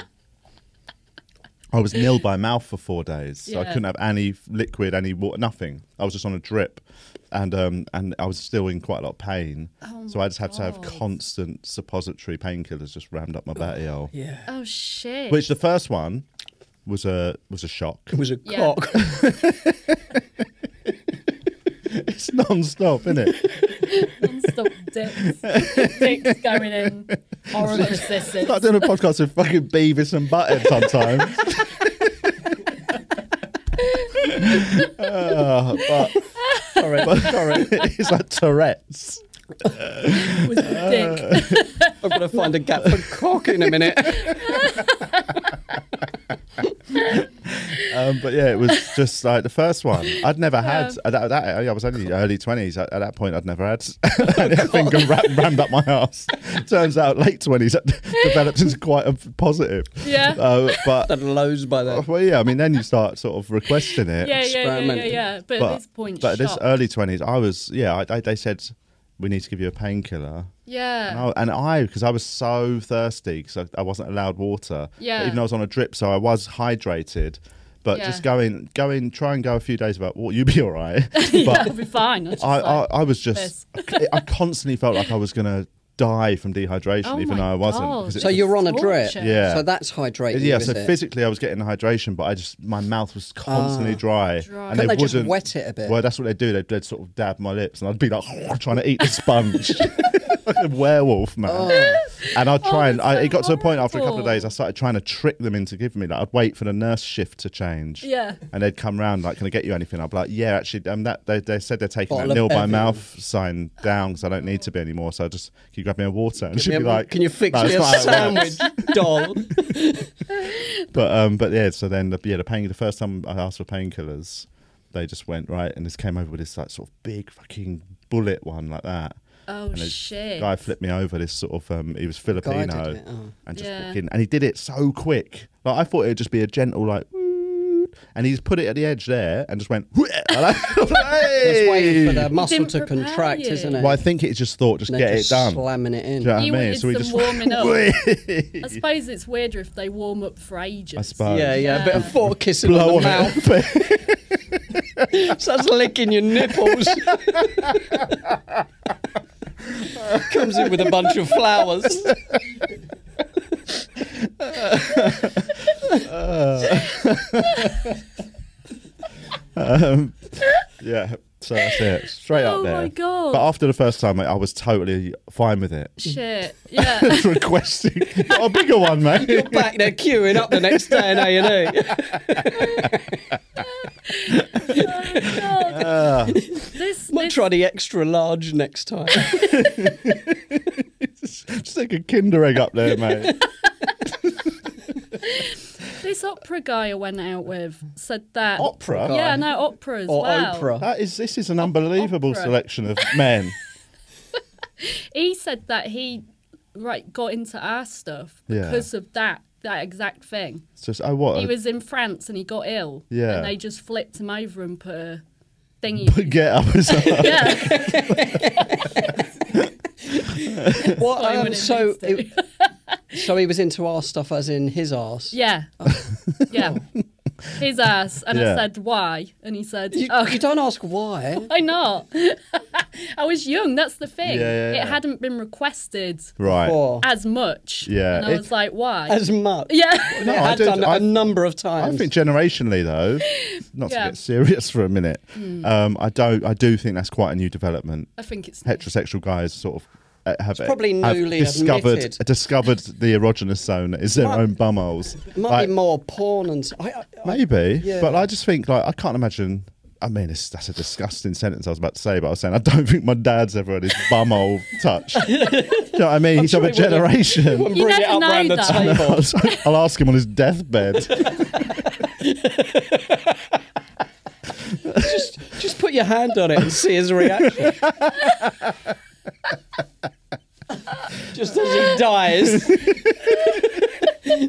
S4: I was nil by mouth for four days, so I
S2: Yeah.
S4: couldn't have any f- liquid, any water, nothing. I was just on a drip, and um, and I was still in quite a lot of pain.
S2: Oh
S4: so I just had to have
S2: God.
S4: constant suppository painkillers just rammed up my batty hole.
S5: Yeah.
S2: oh shit.
S4: Which the first one was a was a shock.
S5: It was a
S2: Yeah.
S5: cock.
S4: It's non-stop, isn't it?
S2: Non-stop dicks. dicks going in. Oral assistance.
S4: like doing a podcast with fucking Beavis and Butthead sometimes. Uh, but
S5: Sorry.
S4: but sorry, it's like Tourette's.
S2: With a dick.
S5: I've got to find a gap for cock in a minute.
S4: Um, but yeah, it was just like the first one. I'd never had at that, at that. I was only early twenties at, at that point. I'd never had anything rammed, rammed up my ass. Turns out late twenties developed into quite a positive.
S2: Yeah.
S4: Uh, but
S5: Had loads by then.
S4: well, yeah. I mean, then you start sort of requesting it.
S2: Yeah, yeah, yeah, yeah,
S5: experimenting.
S2: yeah. But,
S4: But
S2: at this point,
S4: but at this
S2: shock.
S4: early twenties, I was yeah. I, I, they said we need to give you a painkiller. And
S2: yeah.
S4: I- And I, because I was so thirsty, because I, I wasn't allowed water.
S2: Yeah.
S4: Even though I was on a drip, so I was hydrated. But
S2: Yeah.
S4: just going, going, try and go a few days without water, you'd be all right.
S2: yeah, I'll
S4: But
S2: be fine. I, was just
S4: I, I,
S2: like,
S4: I was just, I, constantly felt like I was gonna die from dehydration,
S2: Oh
S4: even
S2: my
S4: though I wasn't.
S2: God.
S4: because it
S5: So
S4: was-
S5: you're on a drip.
S2: Torture.
S4: Yeah.
S5: So that's hydrating.
S4: yeah.
S5: is
S4: So
S5: it?
S4: physically, I was getting the hydration, but I just my mouth was constantly dry, and
S5: Ah.
S2: Dry.
S5: Couldn't
S4: they
S5: they just
S4: wouldn't
S5: wet it a bit?
S4: Well, that's what they do. They'd, they'd sort of dab my lips, and I'd be like "Oh, trying to eat the sponge, like a werewolf man. And I'd try
S2: Oh,
S4: and
S2: that's
S4: I,
S2: so
S4: it got to a point after a couple of
S2: horrible.
S4: days, I started trying to trick them into giving me that. I'd wait for the nurse shift to change.
S2: Yeah.
S4: And they'd come round like, "Can I get you anything?" I'd be like, "Yeah, actually, um, that they, they said they're taking
S5: Bottle
S4: that nil
S5: of
S4: by
S5: Evian.
S4: mouth sign down because I don't need to be anymore. So I just can you grab me a water?" And she'd
S5: Yeah,
S4: be like,
S5: Can you fix
S4: "No,
S5: me
S4: it's
S5: a
S4: not how it works."
S5: sandwich, doll?
S4: But um, but yeah, so then the, yeah, the pain. The first time I asked for painkillers, they just went right, and this came over with this like sort of big fucking bullet one like that.
S2: oh
S4: and this
S2: shit.
S4: Guy flipped me over. This sort of um, he was Filipino,
S5: Guided it, oh.
S4: and just
S2: Yeah.
S4: fucking, and he did it so quick. Like I thought it would just be a gentle like, and he's put it at the edge there, and just went.
S5: It's waiting for
S4: hey!
S5: the muscle
S2: didn't
S5: to
S2: prepare
S5: contract,
S2: you.
S5: isn't it?
S4: Well, I think it just thought, just
S5: And
S4: get
S5: they're
S4: it
S5: just
S4: done.
S5: Slamming it in.
S4: Do you know what
S2: You
S4: I mean?
S2: wanted some warming up. I suppose it's weirder if they warm up for ages.
S4: I suppose.
S5: yeah, yeah, a bit of fork kissing
S4: Blow
S5: on the
S4: on
S5: mouth.
S4: it.
S5: Starts licking your nipples. Comes in with a bunch of flowers.
S4: yeah. So that's it. Straight
S2: Oh
S4: up there.
S2: my God.
S4: But after the first time, mate, I was totally fine with it.
S2: Shit. Yeah.
S4: Requesting got a bigger one, mate.
S5: Back there queuing up the next day in A and E.
S4: Oh,
S2: God.
S4: Ah,
S2: This,
S5: Might
S2: this
S5: try the extra large next time.
S4: just like a Kinder egg up there, mate.
S2: this opera guy I went out with said that.
S4: Opera.
S2: Yeah, no, opera as
S5: Or
S2: well.
S5: Oprah.
S4: That is. This is an unbelievable
S2: Opera.
S4: selection of men.
S2: He said that he right got into our stuff
S4: Yeah.
S2: because of that that exact thing.
S4: It's just oh what.
S2: He
S4: a-
S2: was in France and he got ill.
S4: Yeah.
S2: And they just flipped him over and put a thingy.
S4: Get up as well.
S2: yeah.
S5: What?
S2: Why
S5: um,
S2: would it
S5: so,
S2: be
S5: it, so he was into our stuff, as in his arse.
S2: Yeah. yeah. His ass. And
S4: Yeah.
S2: I said, why? And he said,
S5: You,
S2: oh,
S5: you don't ask why.
S2: why not? I was young. That's the thing.
S4: Yeah, yeah, yeah.
S2: It hadn't been requested
S4: Right.
S5: Or
S2: as much.
S4: Yeah,
S2: And I
S4: it-
S2: was like, why?
S5: as much.
S2: Uh, yeah.
S4: No,
S5: It
S4: I
S5: had
S4: did.
S5: done a
S4: I,
S5: number of
S4: I
S5: times.
S4: think generationally, though, not
S2: Yeah.
S4: to
S2: Hmm.
S4: get serious for a minute, um, I don't. I do think that's quite a new development.
S2: I think it's
S4: Heterosexual guys sort of uh, have
S5: probably
S4: have
S5: newly
S4: discovered uh,
S5: admitted.
S4: discovered the erogenous zone is their
S5: Might-
S4: own bumholes.
S5: it might
S4: Like,
S5: be more porn and. s- I, I, I-
S4: maybe,
S5: Yeah.
S4: but I just think like I can't imagine. I mean, it's, that's a disgusting sentence I was about to say, but I was saying I don't think my dad's ever had his bumhole touched. Do you know what I mean? He's
S5: sure
S4: of a
S5: he wouldn't-
S4: generation.
S5: wouldn't
S2: You
S5: bring it
S2: never
S5: up
S2: know,
S5: round the
S2: though.
S5: table.
S4: I'll ask him on his deathbed.
S5: just, just put your hand on it and see his reaction. just as he dies.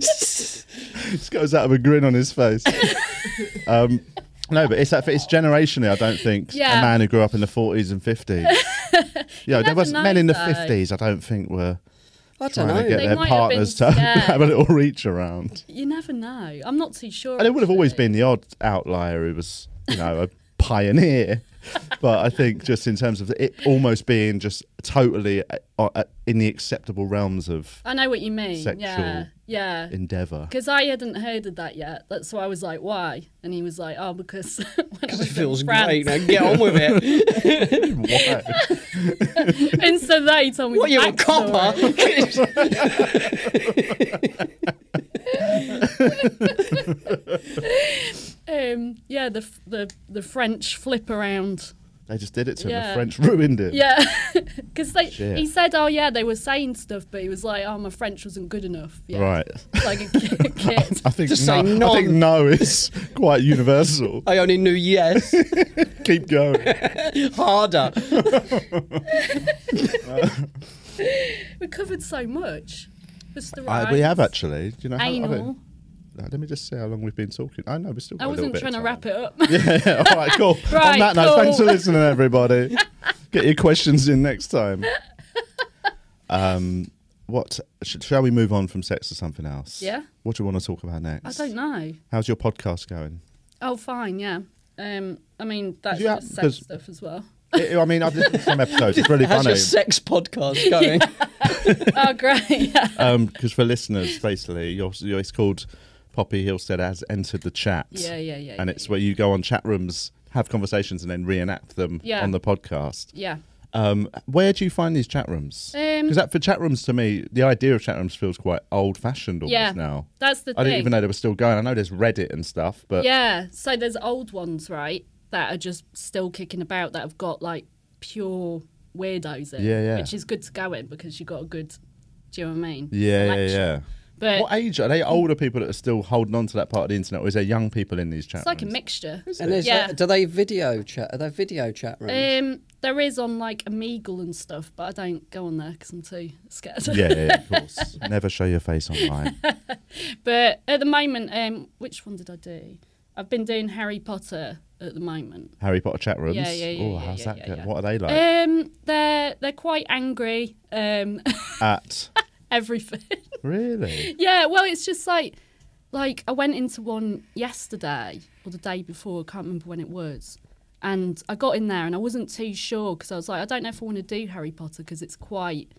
S4: just goes out with a grin on his face. um, no, but it's that it's generationally. I don't think
S2: Yeah.
S4: a man who grew up in the forties and fifties. you know, there was
S2: never
S4: men in the
S2: know, though.
S4: fifties. I don't think were
S5: I don't
S4: trying to
S5: know.
S4: get
S2: They
S4: their
S2: might have been
S4: partners to
S2: scared.
S4: have a little reach around.
S2: You never know. I'm not too sure.
S4: And it would have always
S2: actually.
S4: been the odd outlier who was, you know, a pioneer. but I think just in terms of it almost being just totally uh, uh, in the acceptable realms of
S2: I know what you mean.
S4: sexual
S2: Yeah. Yeah.
S4: endeavour.
S2: Because I hadn't heard of that yet. That's why I was like, why? And he was like, oh, because
S5: It
S2: when I was
S5: feels
S2: in France.
S5: great. Now get on with it.
S4: Why?
S2: and so they told me.
S5: What
S2: the
S5: you a
S2: backstory.
S5: copper?
S2: Um, yeah, the, f- the the French flip around.
S4: they just did it to him.
S2: Yeah.
S4: The French ruined it.
S2: Yeah, because they
S4: Shit.
S2: he said, oh yeah, they were saying stuff, but he was like, oh, my French wasn't good enough. Yeah.
S4: Right.
S2: Like a ki- kid.
S4: I think,
S5: Just
S4: no,
S5: say
S4: I think
S5: none.
S4: no is quite universal.
S5: I only knew yes.
S4: Keep going.
S5: Harder.
S2: we covered so much. Just the
S4: I, we have
S2: rights,
S4: actually. Do you know how, I mean-
S2: Anal.
S4: No, let me just see how long we've been talking. I know we're still.
S2: I,
S4: Got a little
S2: wasn't
S4: bit
S2: trying to
S4: of
S2: wrap it up.
S4: time. Yeah. All right. Cool. On
S2: Right,
S4: that note,
S2: cool.
S4: thanks for listening, everybody. Get your questions in next time. Um, what sh- shall we move on from sex to something else?
S2: Yeah.
S4: What do you want to talk about next?
S2: I don't know.
S4: How's your podcast going?
S2: Oh, fine, yeah. Um, I mean, that's
S4: Yeah,
S2: just
S4: because-
S2: sex stuff as well.
S4: I I mean, I've listened to some episodes. It's really
S5: How's
S4: funny.
S5: your sex podcast going?
S2: oh, great. Yeah.
S4: um because for listeners basically you're, you're, it's called poppy hillstead has entered the chat
S2: Yeah, yeah, yeah,
S4: and
S2: yeah,
S4: it's where you go on chat rooms have conversations and then reenact them
S2: Yeah.
S4: on the podcast
S2: yeah.
S4: um where do you find these chat rooms because
S2: Um,
S4: that for chat rooms to me the idea of chat rooms feels quite old fashioned almost
S2: Yeah.
S4: now
S2: That's the
S4: i
S2: thing.
S4: didn't even know they were still going i know there's reddit and stuff but
S2: Yeah. So there's old ones, right, that are just still kicking about that have got like pure weirdos in.
S4: Yeah, yeah.
S2: Which is good to go in because you've got a good. Do you know what I mean?
S4: yeah yeah,
S2: Selection.
S4: yeah.
S2: But
S4: what age are they older people that are still holding on to that part of the internet or is there young people in these chat
S2: it's like a
S4: rooms?
S2: mixture.
S5: and is
S2: Yeah.
S5: that, do they video chat? Are they video chat rooms?
S2: Um, there is on like Omegle and stuff, but I don't go on there because I'm too scared.
S4: yeah, yeah, yeah, of course. Never show your face online.
S2: But at the moment, um, which one did I do? I've been doing Harry Potter at the moment.
S4: Harry Potter chat rooms.
S2: Yeah, yeah, yeah,
S4: oh,
S2: yeah,
S4: how's
S2: yeah,
S4: that
S2: yeah,
S4: going?
S2: yeah.
S4: What are they like?
S2: Um, they're they're quite angry. Um,
S4: At
S2: everything.
S4: really?
S2: yeah. Well, it's just like like I went into one yesterday or the day before. I can't remember when it was. And I got in there and I wasn't too sure because I was like, I don't know if I want to do Harry Potter because it's quite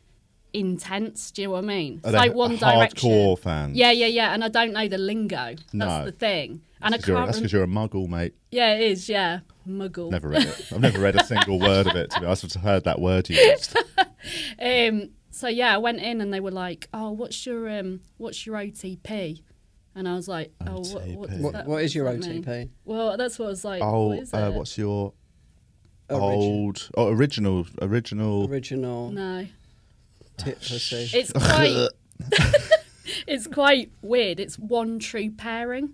S2: intense. Do you know what I mean?
S4: Are they
S2: It's like One Direction.
S4: hardcore fans?
S2: Yeah, yeah, yeah. And I don't know the lingo. That's
S4: No.
S2: the thing. And I
S4: That's 'cause you're-
S2: can't.
S4: that's
S2: rem-
S4: because you're a muggle, mate.
S2: yeah, it is. Yeah, muggle.
S4: Never read it. I've never read a single word of it. To be honest, I've just heard that word used.
S2: Um, so yeah, I went in and they were like, "Oh, what's your um, what's your OTP?" And I was like, "Oh, what, what, does
S4: OTP.
S5: What-
S2: that,
S5: what is your
S2: does that mean?"
S5: OTP?
S2: Well, that's what I was like.
S4: Oh,
S2: what is
S4: uh,
S2: it?
S4: what's your
S5: Origi-
S4: old oh, original original?
S5: original
S2: no?
S5: tit pussy.
S2: It's quite. it's quite weird. It's one true pairing,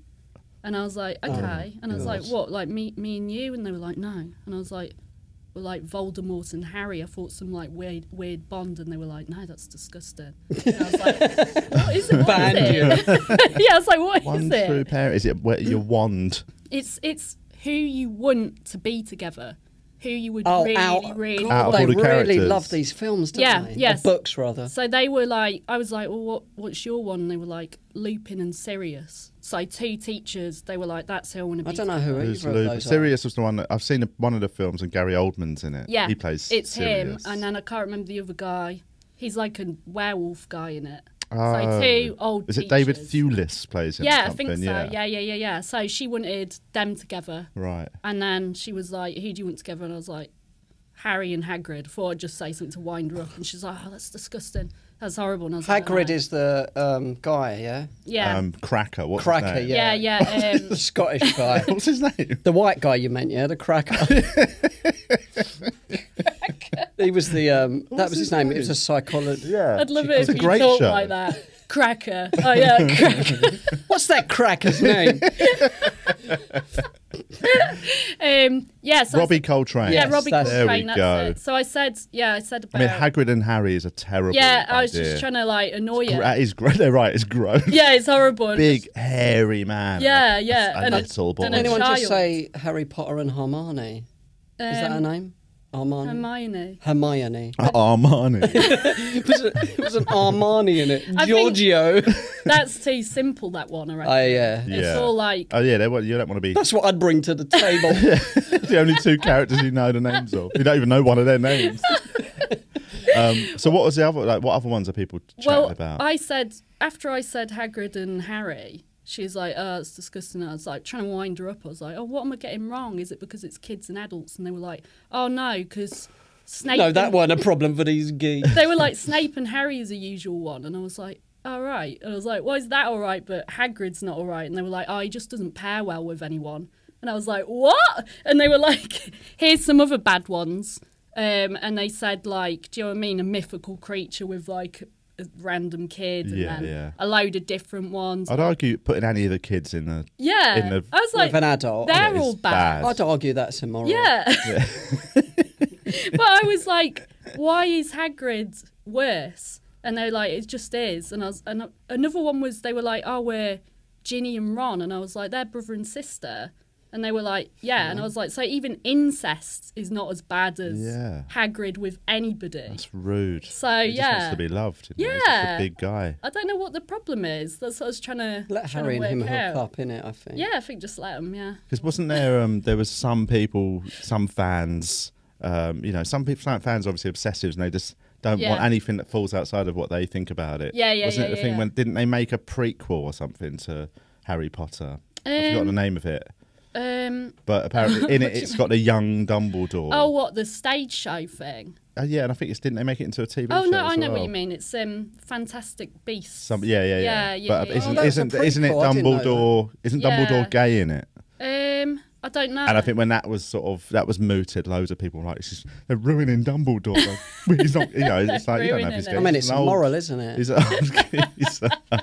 S2: and I was like,
S4: Oh,
S2: okay. and I was like, what? Like me, me and you? And they were like, no. And I was like, well, like Voldemort and Harry. I thought some like weird, weird bond, and they were like, no, that's disgusting. And I was like, what is it? What is
S5: Banned
S2: it? yeah, I was like, what is
S4: One
S2: it?
S4: true pair. Is it where your wand?
S2: It's it's who you want to be together, who you would
S5: Oh,
S2: really,
S5: out.
S2: really.
S4: Out of
S5: they
S4: all the
S5: really
S4: characters.
S5: love these films, don't
S2: Yeah,
S5: they?
S2: yes.
S5: Or books rather.
S2: So they were like, I was like, well, what, what's your one? And they were like, Lupin and Sirius. So two teachers, they were like, that's who I want to be.
S5: I don't know who
S4: Who's
S5: either of
S4: Lupin?
S5: those are.
S4: Sirius was the one that I've seen one of the films, and Gary Oldman's in it.
S2: Yeah,
S4: he plays.
S2: It's
S4: Sirius.
S2: him, and then I can't remember the other guy. He's like a werewolf guy in it.
S4: Oh.
S2: So two old.
S4: Is it David
S2: teachers.
S4: Thewlis plays him? or
S2: Yeah, I think so.
S4: something?
S2: Yeah. yeah, yeah, yeah, So she wanted them together,
S4: Right.
S2: and then she was like, "Who do you want together?" And I was like, "Harry and Hagrid." Thought I'd just say something to wind her up, and she's like, "Oh, that's disgusting. That's horrible." And I was like,
S5: Hagrid
S2: "Ah."
S5: is the um, guy, yeah,
S2: yeah,
S4: Um, Cracker. What's
S5: Cracker,
S4: His name?
S2: yeah, yeah. Um,
S5: the Scottish guy,
S4: What's his name?
S5: the white guy you meant, yeah, the cracker. he was the um, that was his name. It was a psychologist.
S4: Yeah.
S2: I'd love it
S4: It's a
S2: if you
S4: great
S2: thought
S4: show.
S2: like that. Cracker. Oh yeah, cracker.
S5: What's that cracker's name?
S2: Um, yeah. So I
S4: Robbie
S2: said-
S4: Coltrane.
S2: yeah,
S5: Yes,
S2: Robbie
S5: that's-
S4: There we
S2: Coltrane. That's
S4: go.
S2: it. So I said, yeah, I said
S4: I
S2: about.
S4: mean, Hagrid and Harry is a terrible.
S2: yeah, I was
S4: idea.
S2: just trying to like annoy you.
S4: That is gross. They're right. It's gross.
S2: Yeah, it's horrible.
S4: Big hairy man.
S2: Yeah, yeah,
S4: A
S2: and a-
S4: little boy.
S2: and a
S5: Anyone just
S2: Child.
S5: say Harry Potter and Hermione? Is that her
S2: Um,
S5: name? Armani.
S2: Hermione.
S5: Hermione.
S4: Armani.
S5: it, was a- it was an Armani in it.
S2: I think-
S5: Giorgio.
S2: That's too simple. That one, I reckon.
S5: I, yeah.
S2: It's
S4: Yeah.
S2: all like
S4: oh yeah, they, want- you don't want to be
S5: That's what I'd bring to the table.
S4: the only two characters you know the names of. You don't even know one of their names. um, so what was the other? Like, what other ones are people chatting
S2: well,
S4: about?
S2: I said after I said Hagrid and Harry, she's like, "Oh, it's disgusting." I was like trying to wind her up. I was like, "Oh, what am I getting wrong? Is it because it's kids and adults?" And they were like, "Oh no, because Snape."
S5: no, that
S2: and-
S5: weren't a problem for these geeks.
S2: They were like Snape and Harry is a usual one, and I was like, "All right." And I was like, "Why is that all right, but Hagrid's not all right?" And they were like, "Oh, he just doesn't pair well with anyone." And I was like, "What?" And they were like, "Here's some other bad ones." Um, and they said like, "Do you know what I mean? A mythical creature with like." A random kid and
S4: Yeah,
S2: then
S4: yeah.
S2: a load of different ones.
S4: I'd argue putting any of the kids in the
S2: yeah,
S4: in the-
S2: I was like,
S5: With an adult.
S2: They're
S4: is
S2: all bad.
S5: I'd argue that's immoral.
S2: Yeah. but I was like, why is Hagrid worse? And they're like, it just is. And I was, and another one was they were like, oh, we're Ginny and Ron, and I was like, they're brother and sister. And they were like, yeah. And I was like, so even incest is not as bad as
S4: Yeah.
S2: Hagrid with anybody.
S4: That's rude.
S2: So,
S4: he just wants
S2: yeah.
S4: to be loved. You know? He's just
S2: Yeah.
S4: a big guy.
S2: I don't know what the problem is. That's what I was trying to
S5: Let
S2: trying
S5: Harry
S2: to
S5: and him
S2: work
S5: hook
S2: out.
S5: up, innit, I think.
S2: Yeah, I think just let them. Yeah.
S4: Because wasn't there? Um, there was some people, some fans. Um, you know, some people, some fans, are obviously obsessives, and they just don't
S2: Yeah.
S4: want anything that falls outside of what they think about it.
S2: Yeah, yeah,
S4: Wasn't it
S2: yeah,
S4: the
S2: yeah,
S4: thing
S2: yeah.
S4: when didn't they make a prequel or something to Harry Potter? I forgot
S2: Um,
S4: the name of it,
S2: Um.
S4: but apparently in it it's got a young Dumbledore.
S2: Oh, what the stage show thing?
S4: Uh, yeah, and I think it's didn't they make it into a TV show?
S2: Oh no,
S4: as
S2: I know what
S4: well?
S2: you mean. It's um, Fantastic Beasts.
S4: Some, yeah, yeah, yeah.
S2: Yeah, yeah,
S4: but
S2: yeah,
S4: isn't
S2: yeah.
S4: isn't,
S5: Oh, that's a
S4: isn't it
S5: prequel, I didn't know that.
S4: Dumbledore? Isn't
S2: Yeah.
S4: Dumbledore gay in it?
S2: Um, I don't know.
S4: And I think when that was sort of that was mooted, loads of people were like, "It's just- "They're ruining Dumbledore." Like, he's not, you know, it's like you don't know if he's gay.
S2: Ruining it.
S5: I mean,
S4: He's
S5: it's
S4: an old-
S5: immoral, isn't it?
S4: He's, a- he's a-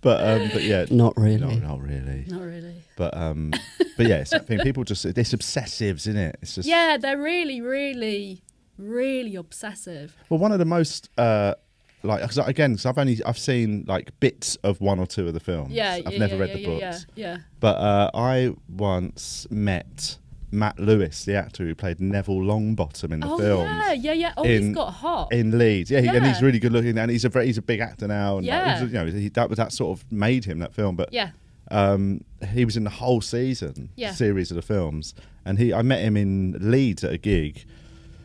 S4: but um, but yeah,
S5: Not really.
S4: no, not really.
S2: not really.
S4: But um, but yeah, it's that thing. People just it's obsessives, isn't it? It's just
S2: Yeah, they're really, really, really obsessive.
S4: Well, one of the most uh, like 'cause again, because I've only I've seen like bits of one or two of the films.
S2: Yeah,
S4: I've
S2: yeah,
S4: never
S2: yeah,
S4: read
S2: yeah,
S4: the
S2: yeah,
S4: books.
S2: Yeah, yeah.
S4: But uh, I once met Matt Lewis, the actor who played Neville Longbottom in the
S2: Oh
S4: film.
S2: yeah, yeah, yeah. Oh,
S4: in-
S2: he's got hot.
S4: in Leeds. Yeah, he- and he's
S2: Yeah.
S4: really good looking, and he's a very, he's a big actor now. And like,
S2: Yeah.
S4: he's- you know, he, that was that sort of made him that film. But
S2: Yeah.
S4: um, he was in the whole season
S2: Yeah.
S4: series of the films, and he I met him in Leeds at a gig.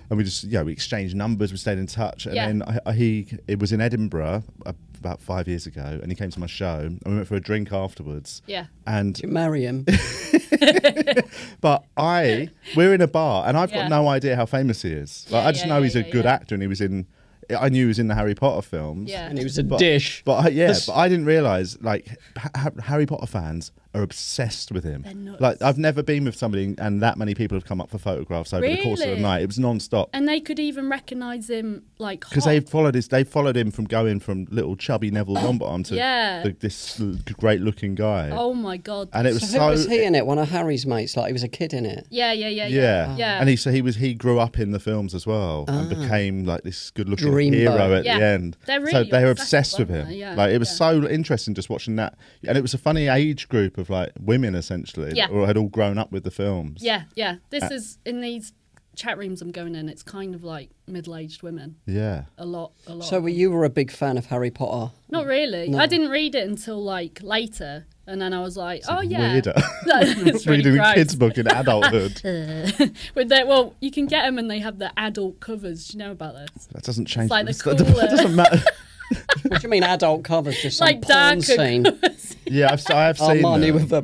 S4: and we just, you know, we exchanged numbers, we stayed in touch. And
S2: Yeah.
S4: then I, I, he, it was in Edinburgh uh, about five years ago, and he came to my show, and we went for a drink afterwards.
S2: Yeah.
S4: And
S5: You marry him.
S4: but I, we're in a bar, and I've
S2: Yeah.
S4: got no idea how famous he is. Like,
S2: Yeah,
S4: I just
S2: yeah,
S4: know
S2: yeah,
S4: he's a
S2: yeah,
S4: good
S2: yeah.
S4: actor, and he was in. I knew he was in the Harry Potter films.
S2: Yeah.
S5: And he was a
S4: But-
S5: dish.
S4: But I, yeah,
S5: This-
S4: but I didn't realize like ha- ha- Harry Potter fans are obsessed with him.
S2: They're nuts.
S4: Like I've never been with somebody and that many people have come up for photographs over the course of the
S2: Really?
S4: night. It was non-stop.
S2: And they could even recognise him like
S4: because
S2: hot.
S4: they've followed his, they followed him from going from little chubby Neville Longbottom to
S2: Yeah.
S4: the, this great-looking guy,
S2: Oh my god.
S4: and it was
S5: So
S4: so.
S5: who was he in it? One of Harry's mates. Like he was a kid in it.
S2: yeah, yeah, yeah,
S4: yeah.
S2: yeah. Yeah.
S4: and he so he was he grew up in the films as well and became like this good-looking
S5: Dreamboat.
S4: hero at
S2: Yeah.
S4: the end.
S2: They're
S4: so
S2: really
S4: they were
S2: obsessed,
S4: obsessed with
S2: aren't
S4: him.
S2: they? Yeah,
S4: Like it was
S2: yeah.
S4: so interesting just watching that, and it was a funny age group of like women essentially,
S2: Yeah.
S4: or had all grown up with the films.
S2: yeah, yeah. This
S4: Uh,
S2: is in these chat rooms I'm going in. It's kind of like middle-aged women.
S4: yeah.
S2: A lot, a lot.
S5: So
S2: of
S5: were
S2: them.
S5: you were a big fan of Harry Potter?
S4: Mm.
S2: Not really.
S5: No.
S2: I didn't read it until like later, and then I was like, oh yeah.
S4: Weirder.
S2: it's really
S4: Reading a
S2: gross.
S4: kids' book in adulthood.
S2: With their, well, you can get them and they have the adult covers. Do you know about this?
S4: that doesn't change.
S2: like the
S4: that doesn't- that
S2: cooler.
S4: doesn't matter.
S5: What do you mean adult covers? Just some
S2: Like
S5: porn
S2: darker
S5: scene.
S4: Yeah, I've, I
S2: Oh,
S4: have seen
S5: Armani
S4: them.
S5: with the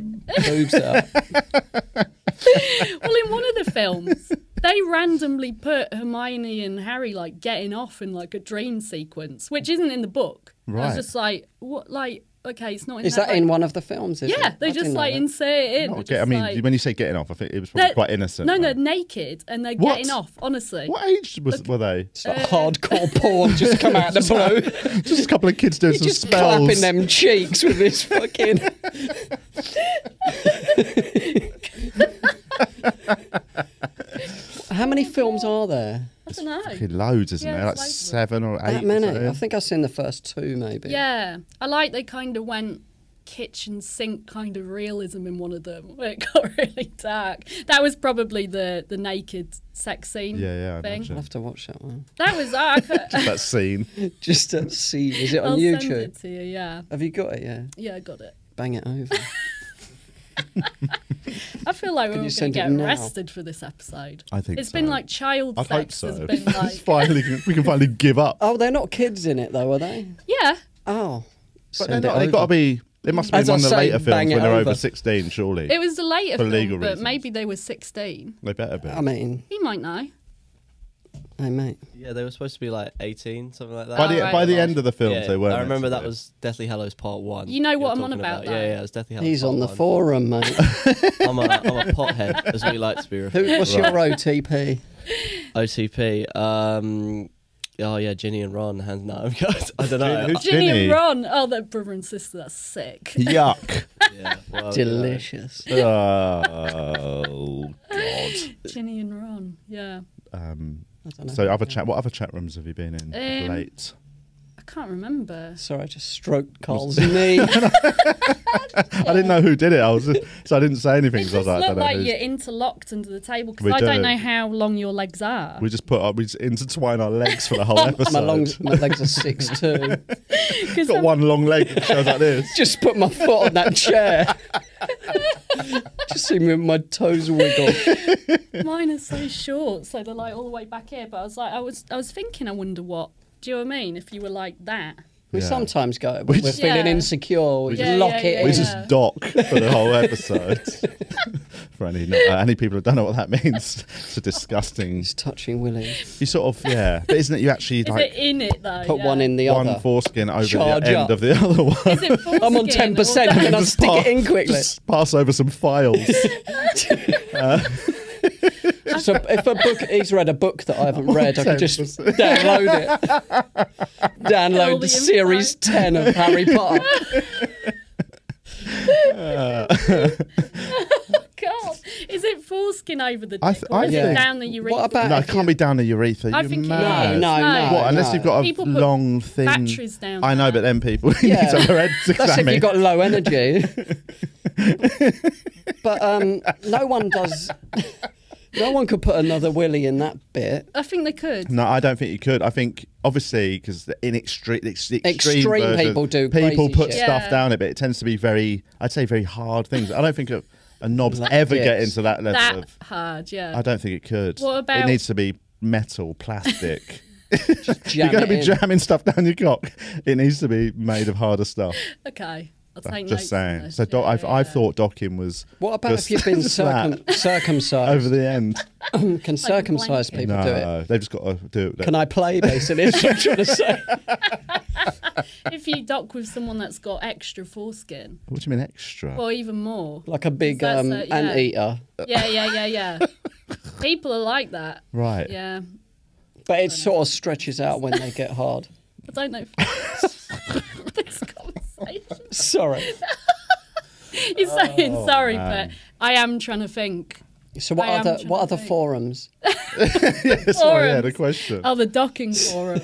S5: boobs out.
S2: Well, in one of the films, they randomly put Hermione and Harry like getting off in like a dream sequence, which isn't in the book. I
S4: Right.
S2: was just like, what? Like, okay, it's not in.
S5: Is that
S2: book.
S5: in one of the films? Is
S2: Yeah,
S5: it?
S2: they
S5: I
S2: just
S5: didn't know
S2: like
S5: that.
S2: insert it in.
S4: Not
S2: They're
S4: get- I
S2: just,
S4: mean,
S2: like-
S4: when you say getting off, I think it was probably
S2: they're-
S4: quite innocent.
S2: No,
S4: right?
S2: they're naked and they're
S4: What?
S2: getting off. Honestly,
S4: What age was, were they?
S5: It's
S2: uh,
S5: like hardcore porn just come out of the blue.
S4: Just a couple of kids doing
S5: He's
S4: some
S5: just
S4: spells.
S5: clapping them cheeks with his fucking. How many films are there?
S2: I don't know.
S4: Fucking Loads, isn't
S2: Oh, Yeah,
S4: there? Like
S2: it's loads of
S4: seven or eight.
S5: That
S4: or
S5: many?
S4: something.
S5: I think I've seen the first two, maybe.
S2: Yeah, I like they kind of went kitchen sink kind of realism in one of them. where It got really dark. That was probably the the naked sex scene.
S4: Yeah, yeah, I
S2: thing.
S5: I'll
S4: imagine.
S5: have to watch that one.
S2: That was I could,
S4: that scene.
S5: Just to see. Is it on
S2: I'll
S5: YouTube?
S2: send it to you. Yeah,
S5: Have you got it? Yeah.
S2: yeah, I got it.
S5: Bang it over.
S2: I feel like we're
S5: you
S2: all going
S5: send
S2: to
S5: it
S2: get
S5: now?
S2: arrested for this episode.
S4: I think
S2: it's been
S4: so.
S2: like child
S4: I hope
S2: sex
S4: so.
S2: has been like
S4: finally, we can finally give up.
S5: oh, they're not kids in it though, are they?
S2: yeah.
S5: Oh.
S4: But
S5: send it
S4: they've
S5: over.
S4: got to be. It must have
S5: As
S4: been
S5: I
S4: one of the
S5: say,
S4: later films
S5: bang
S4: when
S5: it
S4: they're over
S5: over.
S4: sixteen. Surely
S2: It was the later
S4: For
S2: film,
S4: legal
S2: but
S4: reasons.
S2: maybe they were sixteen.
S4: they better be.
S5: I mean,
S2: He might know.
S5: hey mate.
S6: Yeah, they were supposed to be like 18, something like that.
S4: by the
S2: Alright.
S4: by the end of the film,
S6: yeah,
S4: they weren't.
S6: I remember that
S4: actually.
S6: was Deathly Hallows Part 1.
S2: You know
S6: you're
S2: what I'm on
S6: talking
S2: about,
S6: Yeah,
S2: though.
S6: yeah, it's Deathly Hallows
S5: He's
S6: Part
S5: on the
S6: 1.
S5: forum, mate.
S6: I'm a, I'm a pothead, as we like to be referred
S5: Who, what's your OTP?
S6: OTP. Um, oh, yeah, Ginny and Ron. Hands, no, I'm good. I don't know.
S4: Who's
S2: Ginny
S4: Ginny?
S5: uh,
S2: and Ron. Oh, they're brother and sister. That's sick.
S4: Yuck.
S6: yeah, well, you know.
S5: Delicious.
S4: oh God.
S2: Ginny and Ron. Yeah.
S4: Um,
S5: I don't know.
S4: so other chat. What other chat rooms have you been in? of
S2: Um,
S4: late.
S2: I can't remember.
S5: Sorry, I just stroked Carl's knee.
S4: I didn't know who did it. I was so I didn't say anything.
S2: It
S4: 'cause I was
S2: just
S4: like, I
S2: looked
S4: don't know
S2: like
S4: who's-
S2: you're interlocked under the table
S4: We
S2: because I don't
S4: do.
S2: know how long your legs are.
S4: We just put up. We just intertwine our legs for the whole episode.
S5: my, lungs, my legs are six two.
S2: 'Cause
S4: got
S2: I'm-
S4: one long leg that shows like this.
S5: Just put my foot on that chair. just see me with my toes wiggle.
S2: Mine are so short, so they're like all the way back here. But I was like, I was, I was thinking, I wonder what. Do you know what I mean? If you were like that,
S5: We
S4: Yeah.
S5: sometimes go, but
S4: We
S5: we're
S4: just-
S5: feeling
S2: Yeah.
S5: insecure. We
S4: We
S5: just
S2: just-
S5: lock
S2: Yeah,
S5: it
S2: yeah,
S5: in.
S4: We
S2: yeah.
S4: just dock for the whole episode. for any not, uh, any people who don't know what that means, it's a disgusting.
S5: Just touching Willie.
S4: You sort of yeah, but isn't it? You actually
S2: is
S4: like
S2: it in it though?
S5: Put
S2: Yeah.
S5: one in the
S4: one
S5: other.
S4: foreskin over
S5: Charge
S4: the end
S5: up.
S4: of the other one.
S2: Is it
S5: I'm on
S2: foreskin
S5: ten
S2: or
S5: percent.
S2: that-
S5: and I'll stick it in quickly.
S4: Just pass over some files.
S5: So if a book, he's read a book that I haven't read, I could just download it.
S2: All
S5: download
S2: the
S5: the series
S2: info.
S5: ten of Harry Potter.
S2: Oh God, is it foreskin over the dick
S4: I th-
S2: or
S4: I
S2: is it
S4: think-
S2: down the urethra?
S5: What about
S4: no,
S5: if
S4: it can't be down the urethra.
S2: I
S4: You're
S2: think it
S4: mad.
S2: is.
S5: No, no,
S4: What? Unless
S5: no.
S4: you've got a
S2: People put
S4: long thin.
S2: batteries down
S4: I know,
S2: there.
S4: but then people need
S5: Yeah.
S4: to have their heads
S5: That's if
S4: examined.
S5: you've got low energy. but um, no one does. No one could put another willy in that bit.
S2: I think they could.
S4: No, I don't think you could. I think obviously because the in extre- the ex- the extreme,
S5: Extreme
S4: version,
S5: people do
S4: people
S5: crazy
S4: put
S5: shit.
S4: stuff
S2: Yeah.
S4: down it, but it tends to be very, I'd say, very hard things. I don't think a, a knob's ever get
S5: dicks.
S4: into that level
S2: That
S4: of.
S2: hard, yeah.
S4: I don't think it could.
S2: What
S4: It
S2: about-
S4: needs to be metal, plastic.
S5: Jam
S4: You're going to
S5: it
S4: be
S5: in.
S4: jamming stuff down your cock. It needs to be made of harder stuff.
S2: Okay, I'll
S4: So,
S2: take
S4: just
S2: notes on
S4: saying.
S2: this.
S4: So doc,
S2: Yeah,
S4: I've,
S2: yeah,
S4: I've
S2: yeah.
S4: thought docking was.
S5: What about
S4: just
S5: if you've been
S4: that
S5: circum- circumcised?
S4: over the end?
S5: Can circumcised
S2: blanket.
S5: people
S4: no,
S5: do it?
S4: they've just got to do it.
S5: Can I play basically? is what I'm trying to say.
S2: If you dock with someone that's got extra foreskin,
S4: What do you mean extra?
S2: or even more.
S5: Like a big
S2: That's
S5: um,
S2: a- yeah.
S5: anteater.
S2: Yeah, yeah, yeah, yeah. People are like that.
S4: right.
S2: Yeah.
S5: But it sort of stretches out when they get hard.
S2: I don't know. if- this conversation.
S5: Sorry.
S2: He's saying sorry, but I am trying to think.
S5: So what
S2: I am
S5: other
S2: trying
S5: what
S2: to
S5: other
S2: think.
S5: forums?
S4: Sorry, yeah, the
S2: Forums.
S4: question.
S2: Oh, the docking forum.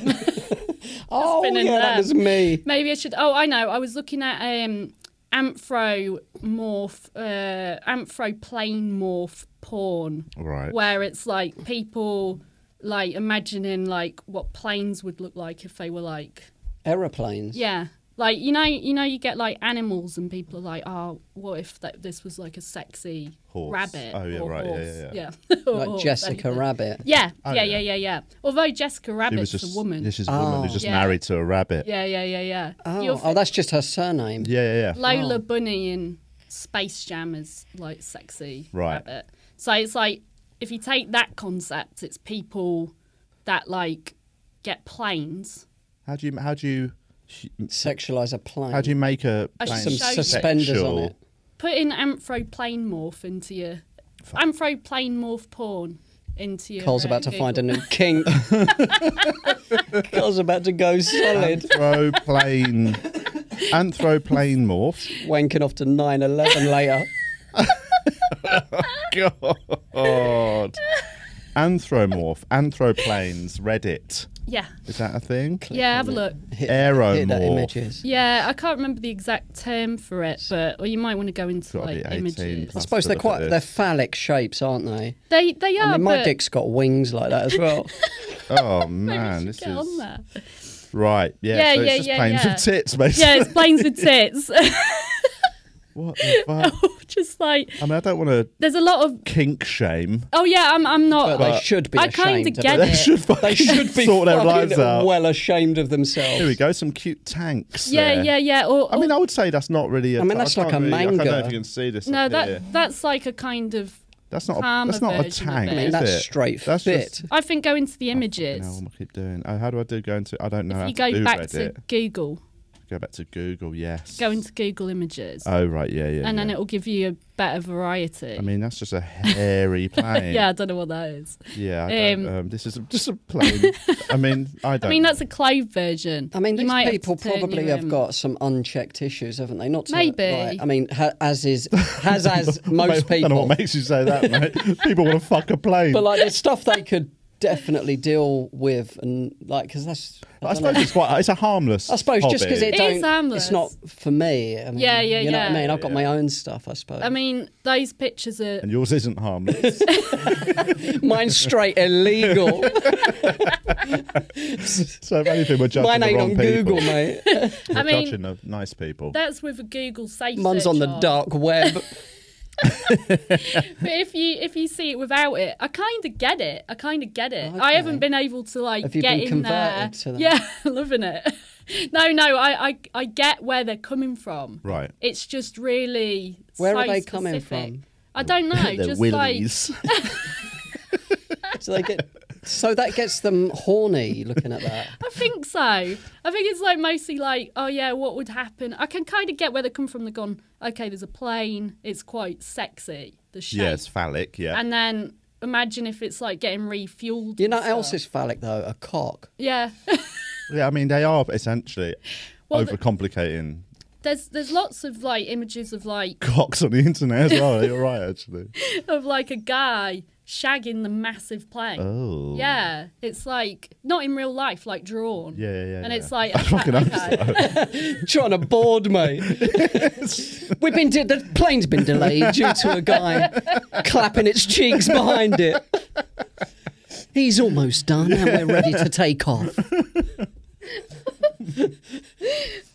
S5: Oh
S2: been in
S5: yeah, that
S2: there.
S5: was me.
S2: Maybe I should. Oh, I know. I was looking at um, anthromorph, uh, anthroplane morph porn,
S4: Right.
S2: where it's like people like imagining like what planes would look like if they were like
S5: Aeroplanes.
S2: yeah. Like you know, you know, you get like animals, and people are like, "Oh, what if that this was like a sexy
S4: Horse.
S2: rabbit
S4: Oh, yeah,
S2: or
S4: right, yeah,
S2: horse?
S4: yeah,
S2: yeah,
S4: yeah.
S2: Or
S5: Like
S2: horse,
S5: Jessica
S2: anything.
S5: Rabbit.
S2: Yeah,
S4: Oh,
S2: yeah,
S4: yeah.
S2: yeah, yeah, yeah. Although Jessica
S4: She was
S2: Rabbit's
S4: just
S2: a woman.
S4: Yeah, she's a woman who's
S5: Oh.
S4: just
S2: Yeah.
S4: married to a rabbit.
S2: yeah, yeah, yeah, yeah. You're
S5: Oh, oh, that's just her surname.
S4: Yeah, yeah, yeah.
S2: Lola Bunny in Space Jam is like sexy
S4: Right.
S2: rabbit. So it's like if you take that concept, it's people that like get planes.
S4: How do you how do you
S5: Sexualize a plane.
S4: how do you make a
S2: I
S4: plane
S2: should
S5: Some
S2: show you.
S5: suspenders on
S4: sexual?
S5: it.
S2: Put in anthroplane morph into your anthroplane morph porn into your.
S5: Cole's
S2: uh,
S5: about to find a
S2: Google.
S5: new king. Cole's about to go solid,
S4: Anthroplane Anthroplane morph.
S5: wanking off to 9 11 later.
S4: God. Anthromorph, anthroplanes, Reddit.
S2: Yeah,
S4: Is that a thing?
S2: yeah. Have a look.
S5: Hit, hit that
S4: Aeromorph.
S5: images.
S2: Yeah, I can't remember the exact term for it, but or you might want to go into
S4: Gotta be
S2: like
S4: 18
S2: images.
S5: I
S4: plus.
S5: suppose
S4: Let's have a
S5: they're
S4: look
S5: quite
S4: at
S5: they're
S4: this.
S5: phallic shapes, aren't they?
S2: They they are.
S5: I mean, my
S2: but
S5: dick's got wings like that as well.
S4: Oh
S2: maybe we
S4: man,
S2: should
S4: this
S2: get on
S4: is
S2: that.
S4: right. Yeah,
S2: Yeah,
S4: so it's
S2: yeah,
S4: just
S2: yeah,
S4: planes
S2: yeah.
S4: of tits, basically.
S2: Yeah, it's planes with tits.
S4: What the fuck?
S2: Just like
S4: I mean, I don't want to
S2: there's a lot of
S4: kink shame.
S2: Oh yeah, I'm. I'm not.
S5: But they should be
S2: I
S5: ashamed
S2: kind of
S5: of it.
S2: get
S5: They
S4: They
S2: it.
S4: should fucking
S5: They should be
S4: sort their
S5: fucking
S4: lives out.
S5: well ashamed of
S4: Here
S5: themselves.
S4: we go. Some cute tanks.
S2: yeah,
S4: there.
S2: yeah, yeah. Or,
S4: I mean,
S2: or-
S4: I would say that's not really. A,
S5: I mean, that's
S4: can't
S5: like a
S4: really, I don't know
S5: manga.
S4: if you can see this.
S2: no,
S4: up
S2: that
S4: here.
S2: that's like a kind of.
S4: that's not. A,
S2: palm
S4: that's not a
S2: version of
S4: tank.
S2: it. I mean,
S4: is
S5: that's
S4: it?
S5: straight
S4: That's
S5: fit.
S4: Just,
S2: I think go into the
S4: you
S2: images.
S4: know, what am I keep doing? Oh, how do I do? Go into. I don't know. how
S2: you
S4: to
S2: go
S4: do
S2: back to
S4: Reddit.
S2: Google.
S4: Go back to Google. Yes.
S2: Go into Google Images,
S4: Oh right, yeah, yeah.
S2: and then
S4: yeah.
S2: it will give you a better variety.
S4: I mean, that's just a hairy plane.
S2: yeah, I don't know what that is.
S4: Yeah. I don't-
S2: Um,
S4: um, this is just a plane. I mean, I don't.
S2: I mean, that's a clove version.
S5: I mean,
S2: You
S5: these
S2: might have to
S5: people
S2: turn
S5: probably
S2: your,
S5: have
S2: um,
S5: got some unchecked issues, haven't they? Not to,
S2: Maybe.
S5: like- I mean, ha- as is has as
S4: I
S5: most
S4: don't know
S5: people.
S4: what makes you say that, mate. People want to fuck a plane.
S5: But like, there's stuff they could definitely deal with, and like, because that's. I,
S4: I
S5: don't know.
S4: suppose it's quite. It's a harmless.
S5: I suppose just because
S4: hobby.
S5: it
S2: It
S5: don't,
S2: is harmless.
S5: it's not for me. I mean,
S2: Yeah, yeah,
S5: You know what I
S2: yeah.
S5: mean? I've got my own stuff, I suppose.
S2: I mean, those pictures are.
S4: and yours isn't harmless.
S5: mine's straight illegal.
S4: so if anything, we're judging
S5: Mine
S4: the
S5: ain't
S4: wrong
S5: on
S4: people.
S5: Google, mate.
S2: I
S4: We're
S2: mean,
S4: judging the nice people.
S2: that's with a Google safe.
S5: Mine's
S2: search
S5: on the
S2: on.
S5: dark web.
S2: But if you if you see it without it, I kind of get it. I kind of get it. I
S5: Oh, Okay.
S2: haven't been able to like
S5: Have you
S2: get
S5: been
S2: in there.
S5: converted to that?
S2: Yeah, loving it. no, no, I, I I get where they're coming from.
S4: Right.
S2: It's just really
S5: Where
S2: so
S5: are they coming
S2: specific.
S5: from?
S2: I don't know.
S4: They're
S2: just
S4: willies.
S5: so they get. So that gets them horny looking at that.
S2: like I think so. I think it's like mostly like oh yeah, what would happen? I can kind of get where they come from. They're gone. Okay, there's a plane. It's quite sexy. The shape.
S4: yeah, it's phallic. Yeah.
S2: And then imagine if it's like getting refueled.
S5: You
S2: and
S5: know what else
S2: stuff.
S5: is phallic though? A cock.
S2: yeah.
S4: yeah, I mean they are essentially
S2: Well, the-
S4: overcomplicating
S2: There's there's lots of like images of like
S4: cocks on the internet as well. You're right, actually.
S2: of like a guy shagging the massive plane.
S4: Oh.
S2: Yeah, it's like not in real life, like drawn.
S4: Yeah, yeah, yeah,
S2: And
S4: yeah.
S2: it's like
S4: I fucking hope
S2: okay.
S5: Trying to board me. We've been de- the plane's been delayed due to a guy clapping its cheeks behind it. He's almost done, and we're ready to take off.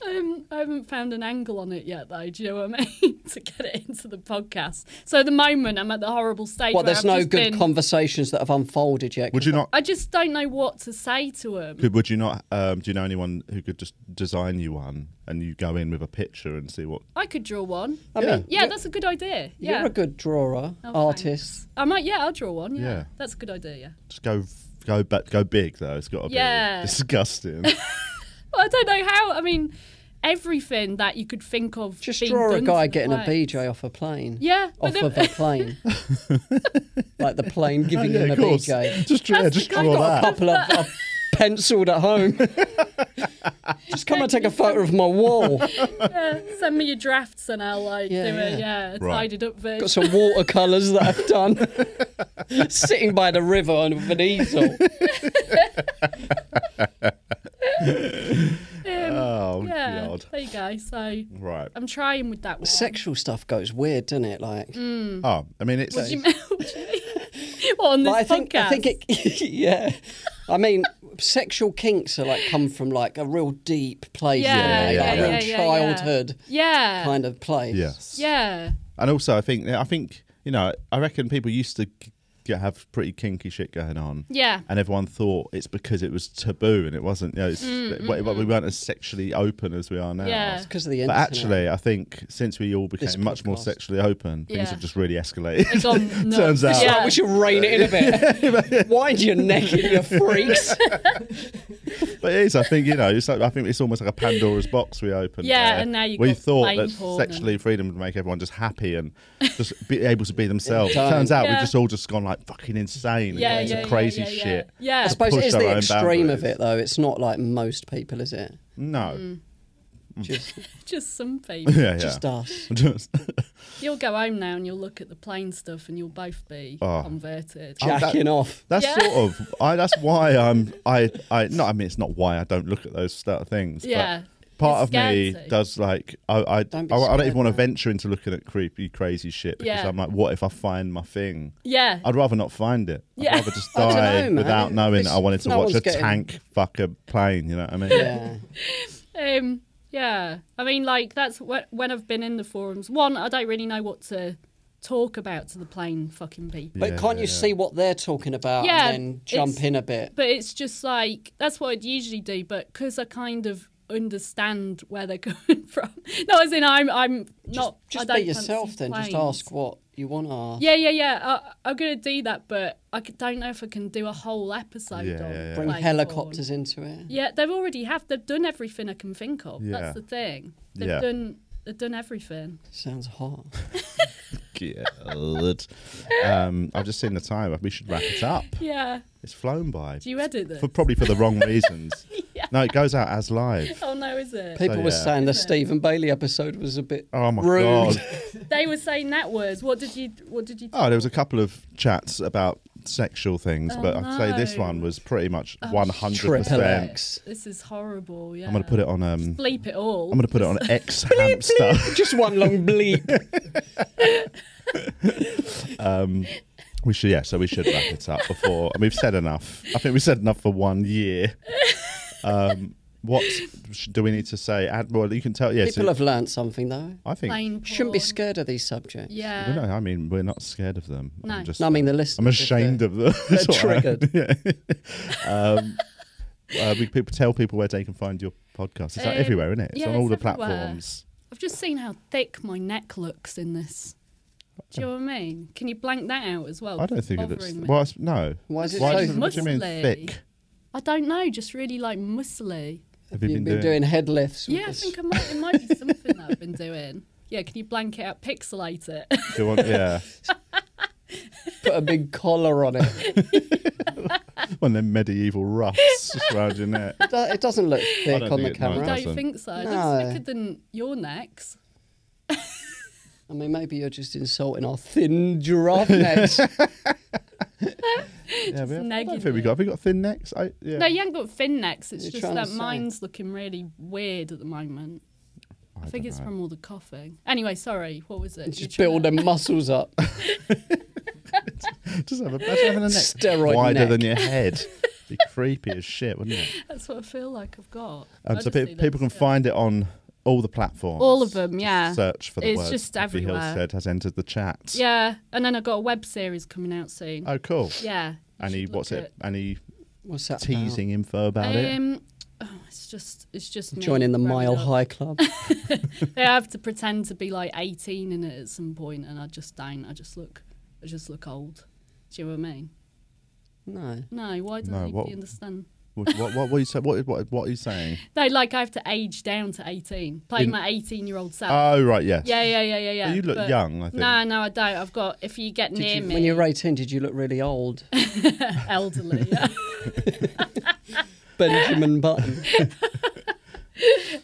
S2: um, I haven't found an angle on it yet, though. Do you know what I mean? to get it into the podcast. So at the moment, I'm at the horrible stage.
S5: What,
S2: where
S5: there's
S2: I've
S5: no
S2: just
S5: good
S2: been-
S5: conversations that have unfolded yet?
S4: Would you not?
S2: I just don't know what to say to him.
S4: Could, would you not? Um, do you know anyone who could just design you one and you go in with a picture and see what?
S2: I could draw one.
S5: I
S4: Yeah.
S5: mean,
S2: Yeah, that's a good idea.
S5: you're
S2: Yeah,
S5: a good drawer,
S2: Oh,
S5: artist.
S2: I might. Yeah, I'll draw one. Yeah,
S4: Yeah.
S2: that's a good idea. Yeah.
S4: Just go, go, ba- go big though. It's got to
S2: Yeah.
S4: be disgusting.
S2: Well, I don't know how. I mean, everything that you could think of.
S5: Just
S2: being
S5: draw
S2: done
S5: a
S2: to
S5: guy
S2: the
S5: getting a
S2: place.
S5: BJ off a plane.
S2: Yeah, but
S5: Off
S2: then-
S5: of a plane. like the plane giving
S4: yeah,
S5: him
S4: of
S5: a
S4: course.
S5: BJ.
S4: Just, yeah,
S2: That's
S4: just
S2: the guy
S4: draw
S2: got
S4: that.
S2: a
S5: couple of I've penciled at home. Just come and take a photo of my wall.
S2: Yeah, send me your drafts and I'll like
S5: Yeah,
S2: do
S5: yeah.
S2: a yeah, a
S4: Right.
S2: tidied up version.
S5: Got some watercolours that I've done. Sitting by the river on an easel.
S4: Oh
S2: yeah, Um,
S4: god!
S2: there you go. So
S4: Right.
S2: I'm trying with that one.
S5: Sexual stuff goes weird, doesn't it? Like,
S2: Mm,
S4: Oh, I mean, it's
S2: What do you mean? What do you mean? What, on this
S5: But I think
S2: podcast?
S5: I think it. yeah, I mean, sexual kinks are like come from like a real deep place,
S2: Yeah,
S5: you know,
S4: yeah,
S5: like
S4: yeah,
S5: real
S2: yeah, yeah.
S5: childhood
S2: yeah,
S5: kind of place.
S4: yes.
S2: yeah.
S4: And also, I think I think you know, I reckon people used to g- g- have pretty kinky shit going on.
S2: Yeah.
S4: And everyone thought it's because it was taboo and it wasn't. You know, it's, w- w- we weren't as sexually open as we are now.
S2: Mm, Yeah.
S5: because of the
S4: But
S5: internet.
S4: actually, I think since we all became
S5: This
S4: much more
S5: podcast.
S4: sexually open, things
S2: Yeah.
S4: have just really escalated.
S2: It's gone nuts.
S4: Turns out.
S2: Yeah.
S5: Right, we should rein it in a bit. Wind your neck in, you freaks.
S4: But it is. I think you know. It's like I think it's almost like a Pandora's box we open.
S2: Yeah, and now you've
S4: we
S2: got
S4: thought
S2: plain
S4: that
S2: porn and-
S4: sexually freedom would make everyone just happy and just be able to be themselves.
S5: Yeah.
S4: Turns out
S2: Yeah.
S4: we've just all just gone like fucking insane
S2: Yeah,
S4: and gone
S2: yeah,
S4: into crazy
S2: yeah, yeah, yeah.
S4: shit.
S2: Yeah.
S5: I suppose it
S4: Push
S5: is
S4: their
S5: the
S4: own
S5: extreme of
S4: boundaries.
S5: it, though. It's not like most people, is it?
S4: No.
S2: Mm.
S5: Just,
S2: Just some people.
S4: Mm. Yeah, yeah.
S5: just us.
S4: Just-
S2: You'll go home now and you'll look at the plain stuff and you'll both be
S4: Oh.
S2: converted.
S4: that-
S5: Jacking off.
S4: that's
S2: Yeah.
S4: sort of. I. That's why I'm. I. I. No, I mean it's not why I don't look at those sort of things.
S2: Yeah.
S4: But part
S2: You're
S4: of me
S2: scared to.
S4: does like. I. I.
S5: Don't be
S4: I, I don't
S5: scared,
S4: even want to
S5: man.
S4: venture into looking at creepy, crazy shit because
S2: Yeah.
S4: I'm like, what if I find my thing?
S2: Yeah.
S4: I'd rather not find it. I'd
S2: Yeah.
S4: rather just
S5: I dunno,
S4: die
S5: man.
S4: without knowing
S5: It's-
S4: I wanted to
S5: no
S4: watch
S5: one's
S4: a
S5: getting-
S4: tank fuck a plane. You know what I mean?
S5: Yeah.
S2: Um, yeah, I mean, like that's wh- when I've been in the forums. One, I don't really know what to talk about to the plain fucking people.
S5: But
S4: Yeah,
S5: can't
S4: yeah,
S5: you
S4: yeah.
S5: see what they're talking about
S2: Yeah,
S5: and then jump
S2: it's-
S5: in a bit?
S2: But it's just like that's what I'd usually do. But because I kind of understand where they're coming from. No, as in I'm I'm not.
S5: Just
S2: I
S5: be
S2: don't
S5: yourself
S2: fancy
S5: then. Just
S2: planes.
S5: ask what you want to ask.
S2: Yeah, yeah, yeah. I, I'm gonna do that, but I c- don't know if I can do a whole episode
S4: Yeah,
S2: on.
S4: yeah, yeah.
S5: Bring
S2: plain
S5: helicopters
S2: porn.
S5: into it.
S2: Yeah, they've already have. They've done everything I can think of.
S4: Yeah.
S2: That's the thing. They've
S4: Yeah.
S2: done. They've done everything.
S5: Sounds hot.
S4: God. um, I've just seen the time. We should wrap it up.
S2: Yeah.
S4: It's flown by.
S2: Do you edit this?
S4: for probably for the wrong reasons. No, it goes out as live.
S2: Oh no, is it?
S5: People were
S4: yeah.
S5: saying the Stephen Bailey episode was a bit
S4: Oh my
S5: rude.
S4: god.
S2: They were saying that words. What did you? What did you?
S4: Oh, there was a couple of chats about sexual things,
S2: Oh,
S4: but I'd say this
S2: no.
S4: one was pretty much
S5: Oh,
S4: one hundred
S5: Triple
S4: percent.
S5: X.
S2: This is horrible. Yeah.
S4: I'm gonna put it on. Um,
S2: Bleep it all.
S4: I'm gonna put it on X hamster.
S5: Just one long bleep.
S4: We should, yeah. So we should wrap it up before, and we've said enough. I think we said enough for one year. Um, what sh- do we need to say? Add well, you can tell. Yeah,
S5: People
S4: so
S5: have learnt something though.
S4: I think.
S2: Plain porn.
S5: Shouldn't be scared of these subjects.
S4: Well, no,
S2: Yeah.
S4: I mean, we're not scared of them.
S2: No.
S4: I'm just,
S5: No, I mean the
S4: I'm
S5: listeners.
S4: ashamed of them.
S5: They're
S4: That's what I am.
S5: triggered.
S4: Yeah. um, uh, we people tell people where they can find your podcast. It's like
S2: Um,
S4: everywhere, isn't it? It's
S2: yeah,
S4: on all
S2: it's
S4: the
S2: everywhere.
S4: platforms.
S2: I've just seen how thick my neck looks in this. Do you know what I mean? Can you blank that out as well?
S4: I don't think it
S2: Oh,
S4: looks.
S2: Bothering me.
S4: Well, it's, no.
S5: Why is it
S4: Why
S5: so?
S4: is it- what do you mean
S2: muscly?
S4: thick?
S2: I don't know. Just really like muscly.
S4: Have
S5: You've been, doing head lifts. with
S2: Yeah, I
S5: this.
S2: think I might, it might be something that I've been doing. Yeah, can you blank it out, pixelate it?
S4: Do you want- yeah.
S5: put a big collar on it.
S4: One of them medieval ruffs just around your neck.
S5: Do- It doesn't look thick
S4: don't
S5: on
S4: think
S5: the
S4: it might.
S5: camera.
S4: Right.
S2: Don't think so. It
S5: No.
S2: looks thicker than your necks.
S5: I mean, maybe you're just insulting our thin giraffe necks.
S4: Yeah, we have, I don't
S2: nagging
S4: think we
S2: you.
S4: got. Have we got thin necks? I, yeah.
S2: No, you haven't got fin necks. It's
S5: You're
S2: just
S5: trying to
S2: that
S5: say.
S2: mine's looking really weird at the moment. I, think
S4: don't
S2: it's
S4: know.
S2: from all the coughing. Anyway, sorry. What was it?
S5: just
S2: You're
S5: build
S2: trying
S5: them muscles up.
S4: Just have a, imagine having a neck
S5: Steroid
S4: wider
S5: neck.
S4: than your head. Be creepy as shit, wouldn't it?
S2: to- That's what I feel like I've got.
S4: Um, so
S2: Honestly,
S4: pe- people can
S2: that's-
S4: find it on all the platforms.
S2: All of them, yeah.
S4: Search for the
S2: It's
S4: word
S2: just
S4: Vicky Hill
S2: everywhere.
S4: said has entered the chat.
S2: Yeah, and then I got a web series coming out soon.
S4: Oh, cool.
S2: yeah. you
S4: Any
S2: should
S4: what's
S2: look
S4: it? Any
S5: What's that?
S4: teasing info about
S2: at-
S4: it?
S2: Um, oh, it's just it's just
S5: About?
S2: me
S5: Joining the
S2: wrapping
S5: Mile
S2: up.
S5: High Club.
S2: They have to pretend to be like 18 in it at some point, and I just don't. I just look, I just look old. Do you know what I mean?
S5: no.
S2: No, why don't
S4: No,
S2: you
S4: what-
S2: understand?
S4: What, what, what, what you say? What, what, what are you saying?
S2: No, like I have to age down to 18, play
S4: In-
S2: my 18 year old self.
S4: Oh, right, yes.
S2: yeah, yeah, yeah, yeah, yeah.
S4: you look
S2: but-
S4: young, I think.
S2: No, no, I don't. I've got. If you get
S5: Did
S2: near
S5: you,
S2: me,
S5: when you were 18, did you look really old?
S2: elderly.
S5: Benjamin Button.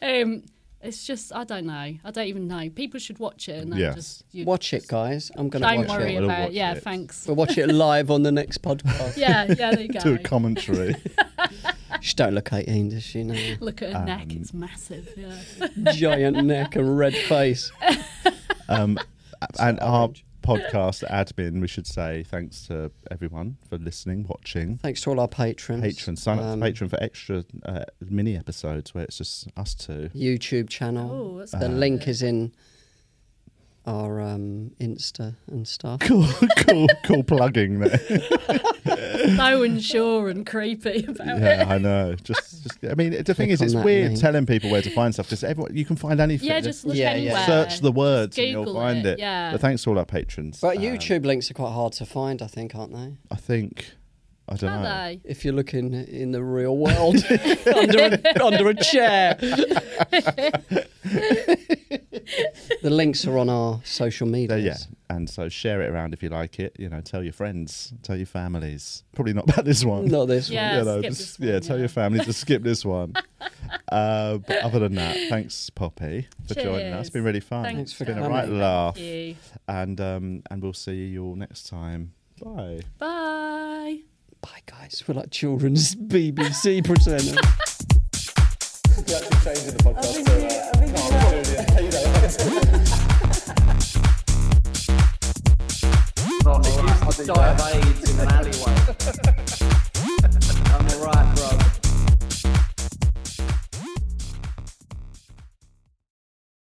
S2: um, it's just I don't know. I don't even know. People should watch it and then
S4: Yes.
S2: just you
S5: Watch it, guys. I'm going to watch
S2: Don't worry
S5: it.
S4: We'll
S2: about
S4: watch
S2: it. Yeah,
S4: it.
S2: thanks.
S5: We'll watch it live on the next podcast.
S2: Yeah, yeah, there you go.
S4: Do a commentary.
S5: She don't look 18, does she? No.
S2: Look at her neck; it's
S4: Um,
S2: massive. Yeah.
S5: Giant neck and red face.
S4: um, and our
S5: orange.
S4: podcast admin, we should say thanks to everyone for listening, watching.
S5: Thanks to all our patrons.
S4: Patron, sign up
S5: Um,
S4: to Patron for extra uh, mini episodes where it's just us two.
S5: YouTube
S4: um,
S5: channel.
S2: Oh, that's
S5: the
S4: Uh,
S2: good.
S5: link is in our um, Insta and stuff.
S4: Cool, cool, cool plugging there.
S2: so unsure and creepy about it.
S4: Yeah, I know. Just, just. I mean, the thing
S5: Click
S4: is,
S5: on
S4: it's
S5: that
S4: weird
S5: link.
S4: telling people where to find stuff because everyone you can find anything.
S2: Yeah, just look
S5: Yeah, yeah.
S2: anywhere.
S4: search the words and you'll
S2: Google
S4: find
S2: it,
S4: it.
S2: yeah.
S4: But thanks to all our patrons.
S5: But
S4: Um,
S5: YouTube links are quite hard to find, I think, aren't they?
S4: I think. I don't
S2: Are
S4: know.
S2: they?
S5: If you're looking in the real world under, a, under a chair. the links are on our social
S4: So,
S5: media.
S4: yeah, and so share it around if you like it. You know, tell your friends, tell your families. Probably not about this one.
S5: Not this one.
S2: Yeah.
S4: You know,
S2: skip
S4: just-
S2: this one,
S4: yeah, tell
S2: yeah.
S4: your family to skip this one. Uh, but other than that, thanks, Poppy, for joining us.
S2: Cheers.
S4: It's been really fun.
S2: Thanks
S5: Thanks for
S4: it's been a
S5: coming.
S4: right laugh.
S2: Thank you.
S4: And um, and we'll see you all next time. Bye.
S2: Bye.
S5: Bye, guys. We're like children's BBC presenters.
S1: We actually changed in the podcast. so, uh, no, I'm not doing it. You know, like I said,
S3: Ron, it used to die of AIDS in an alleyway.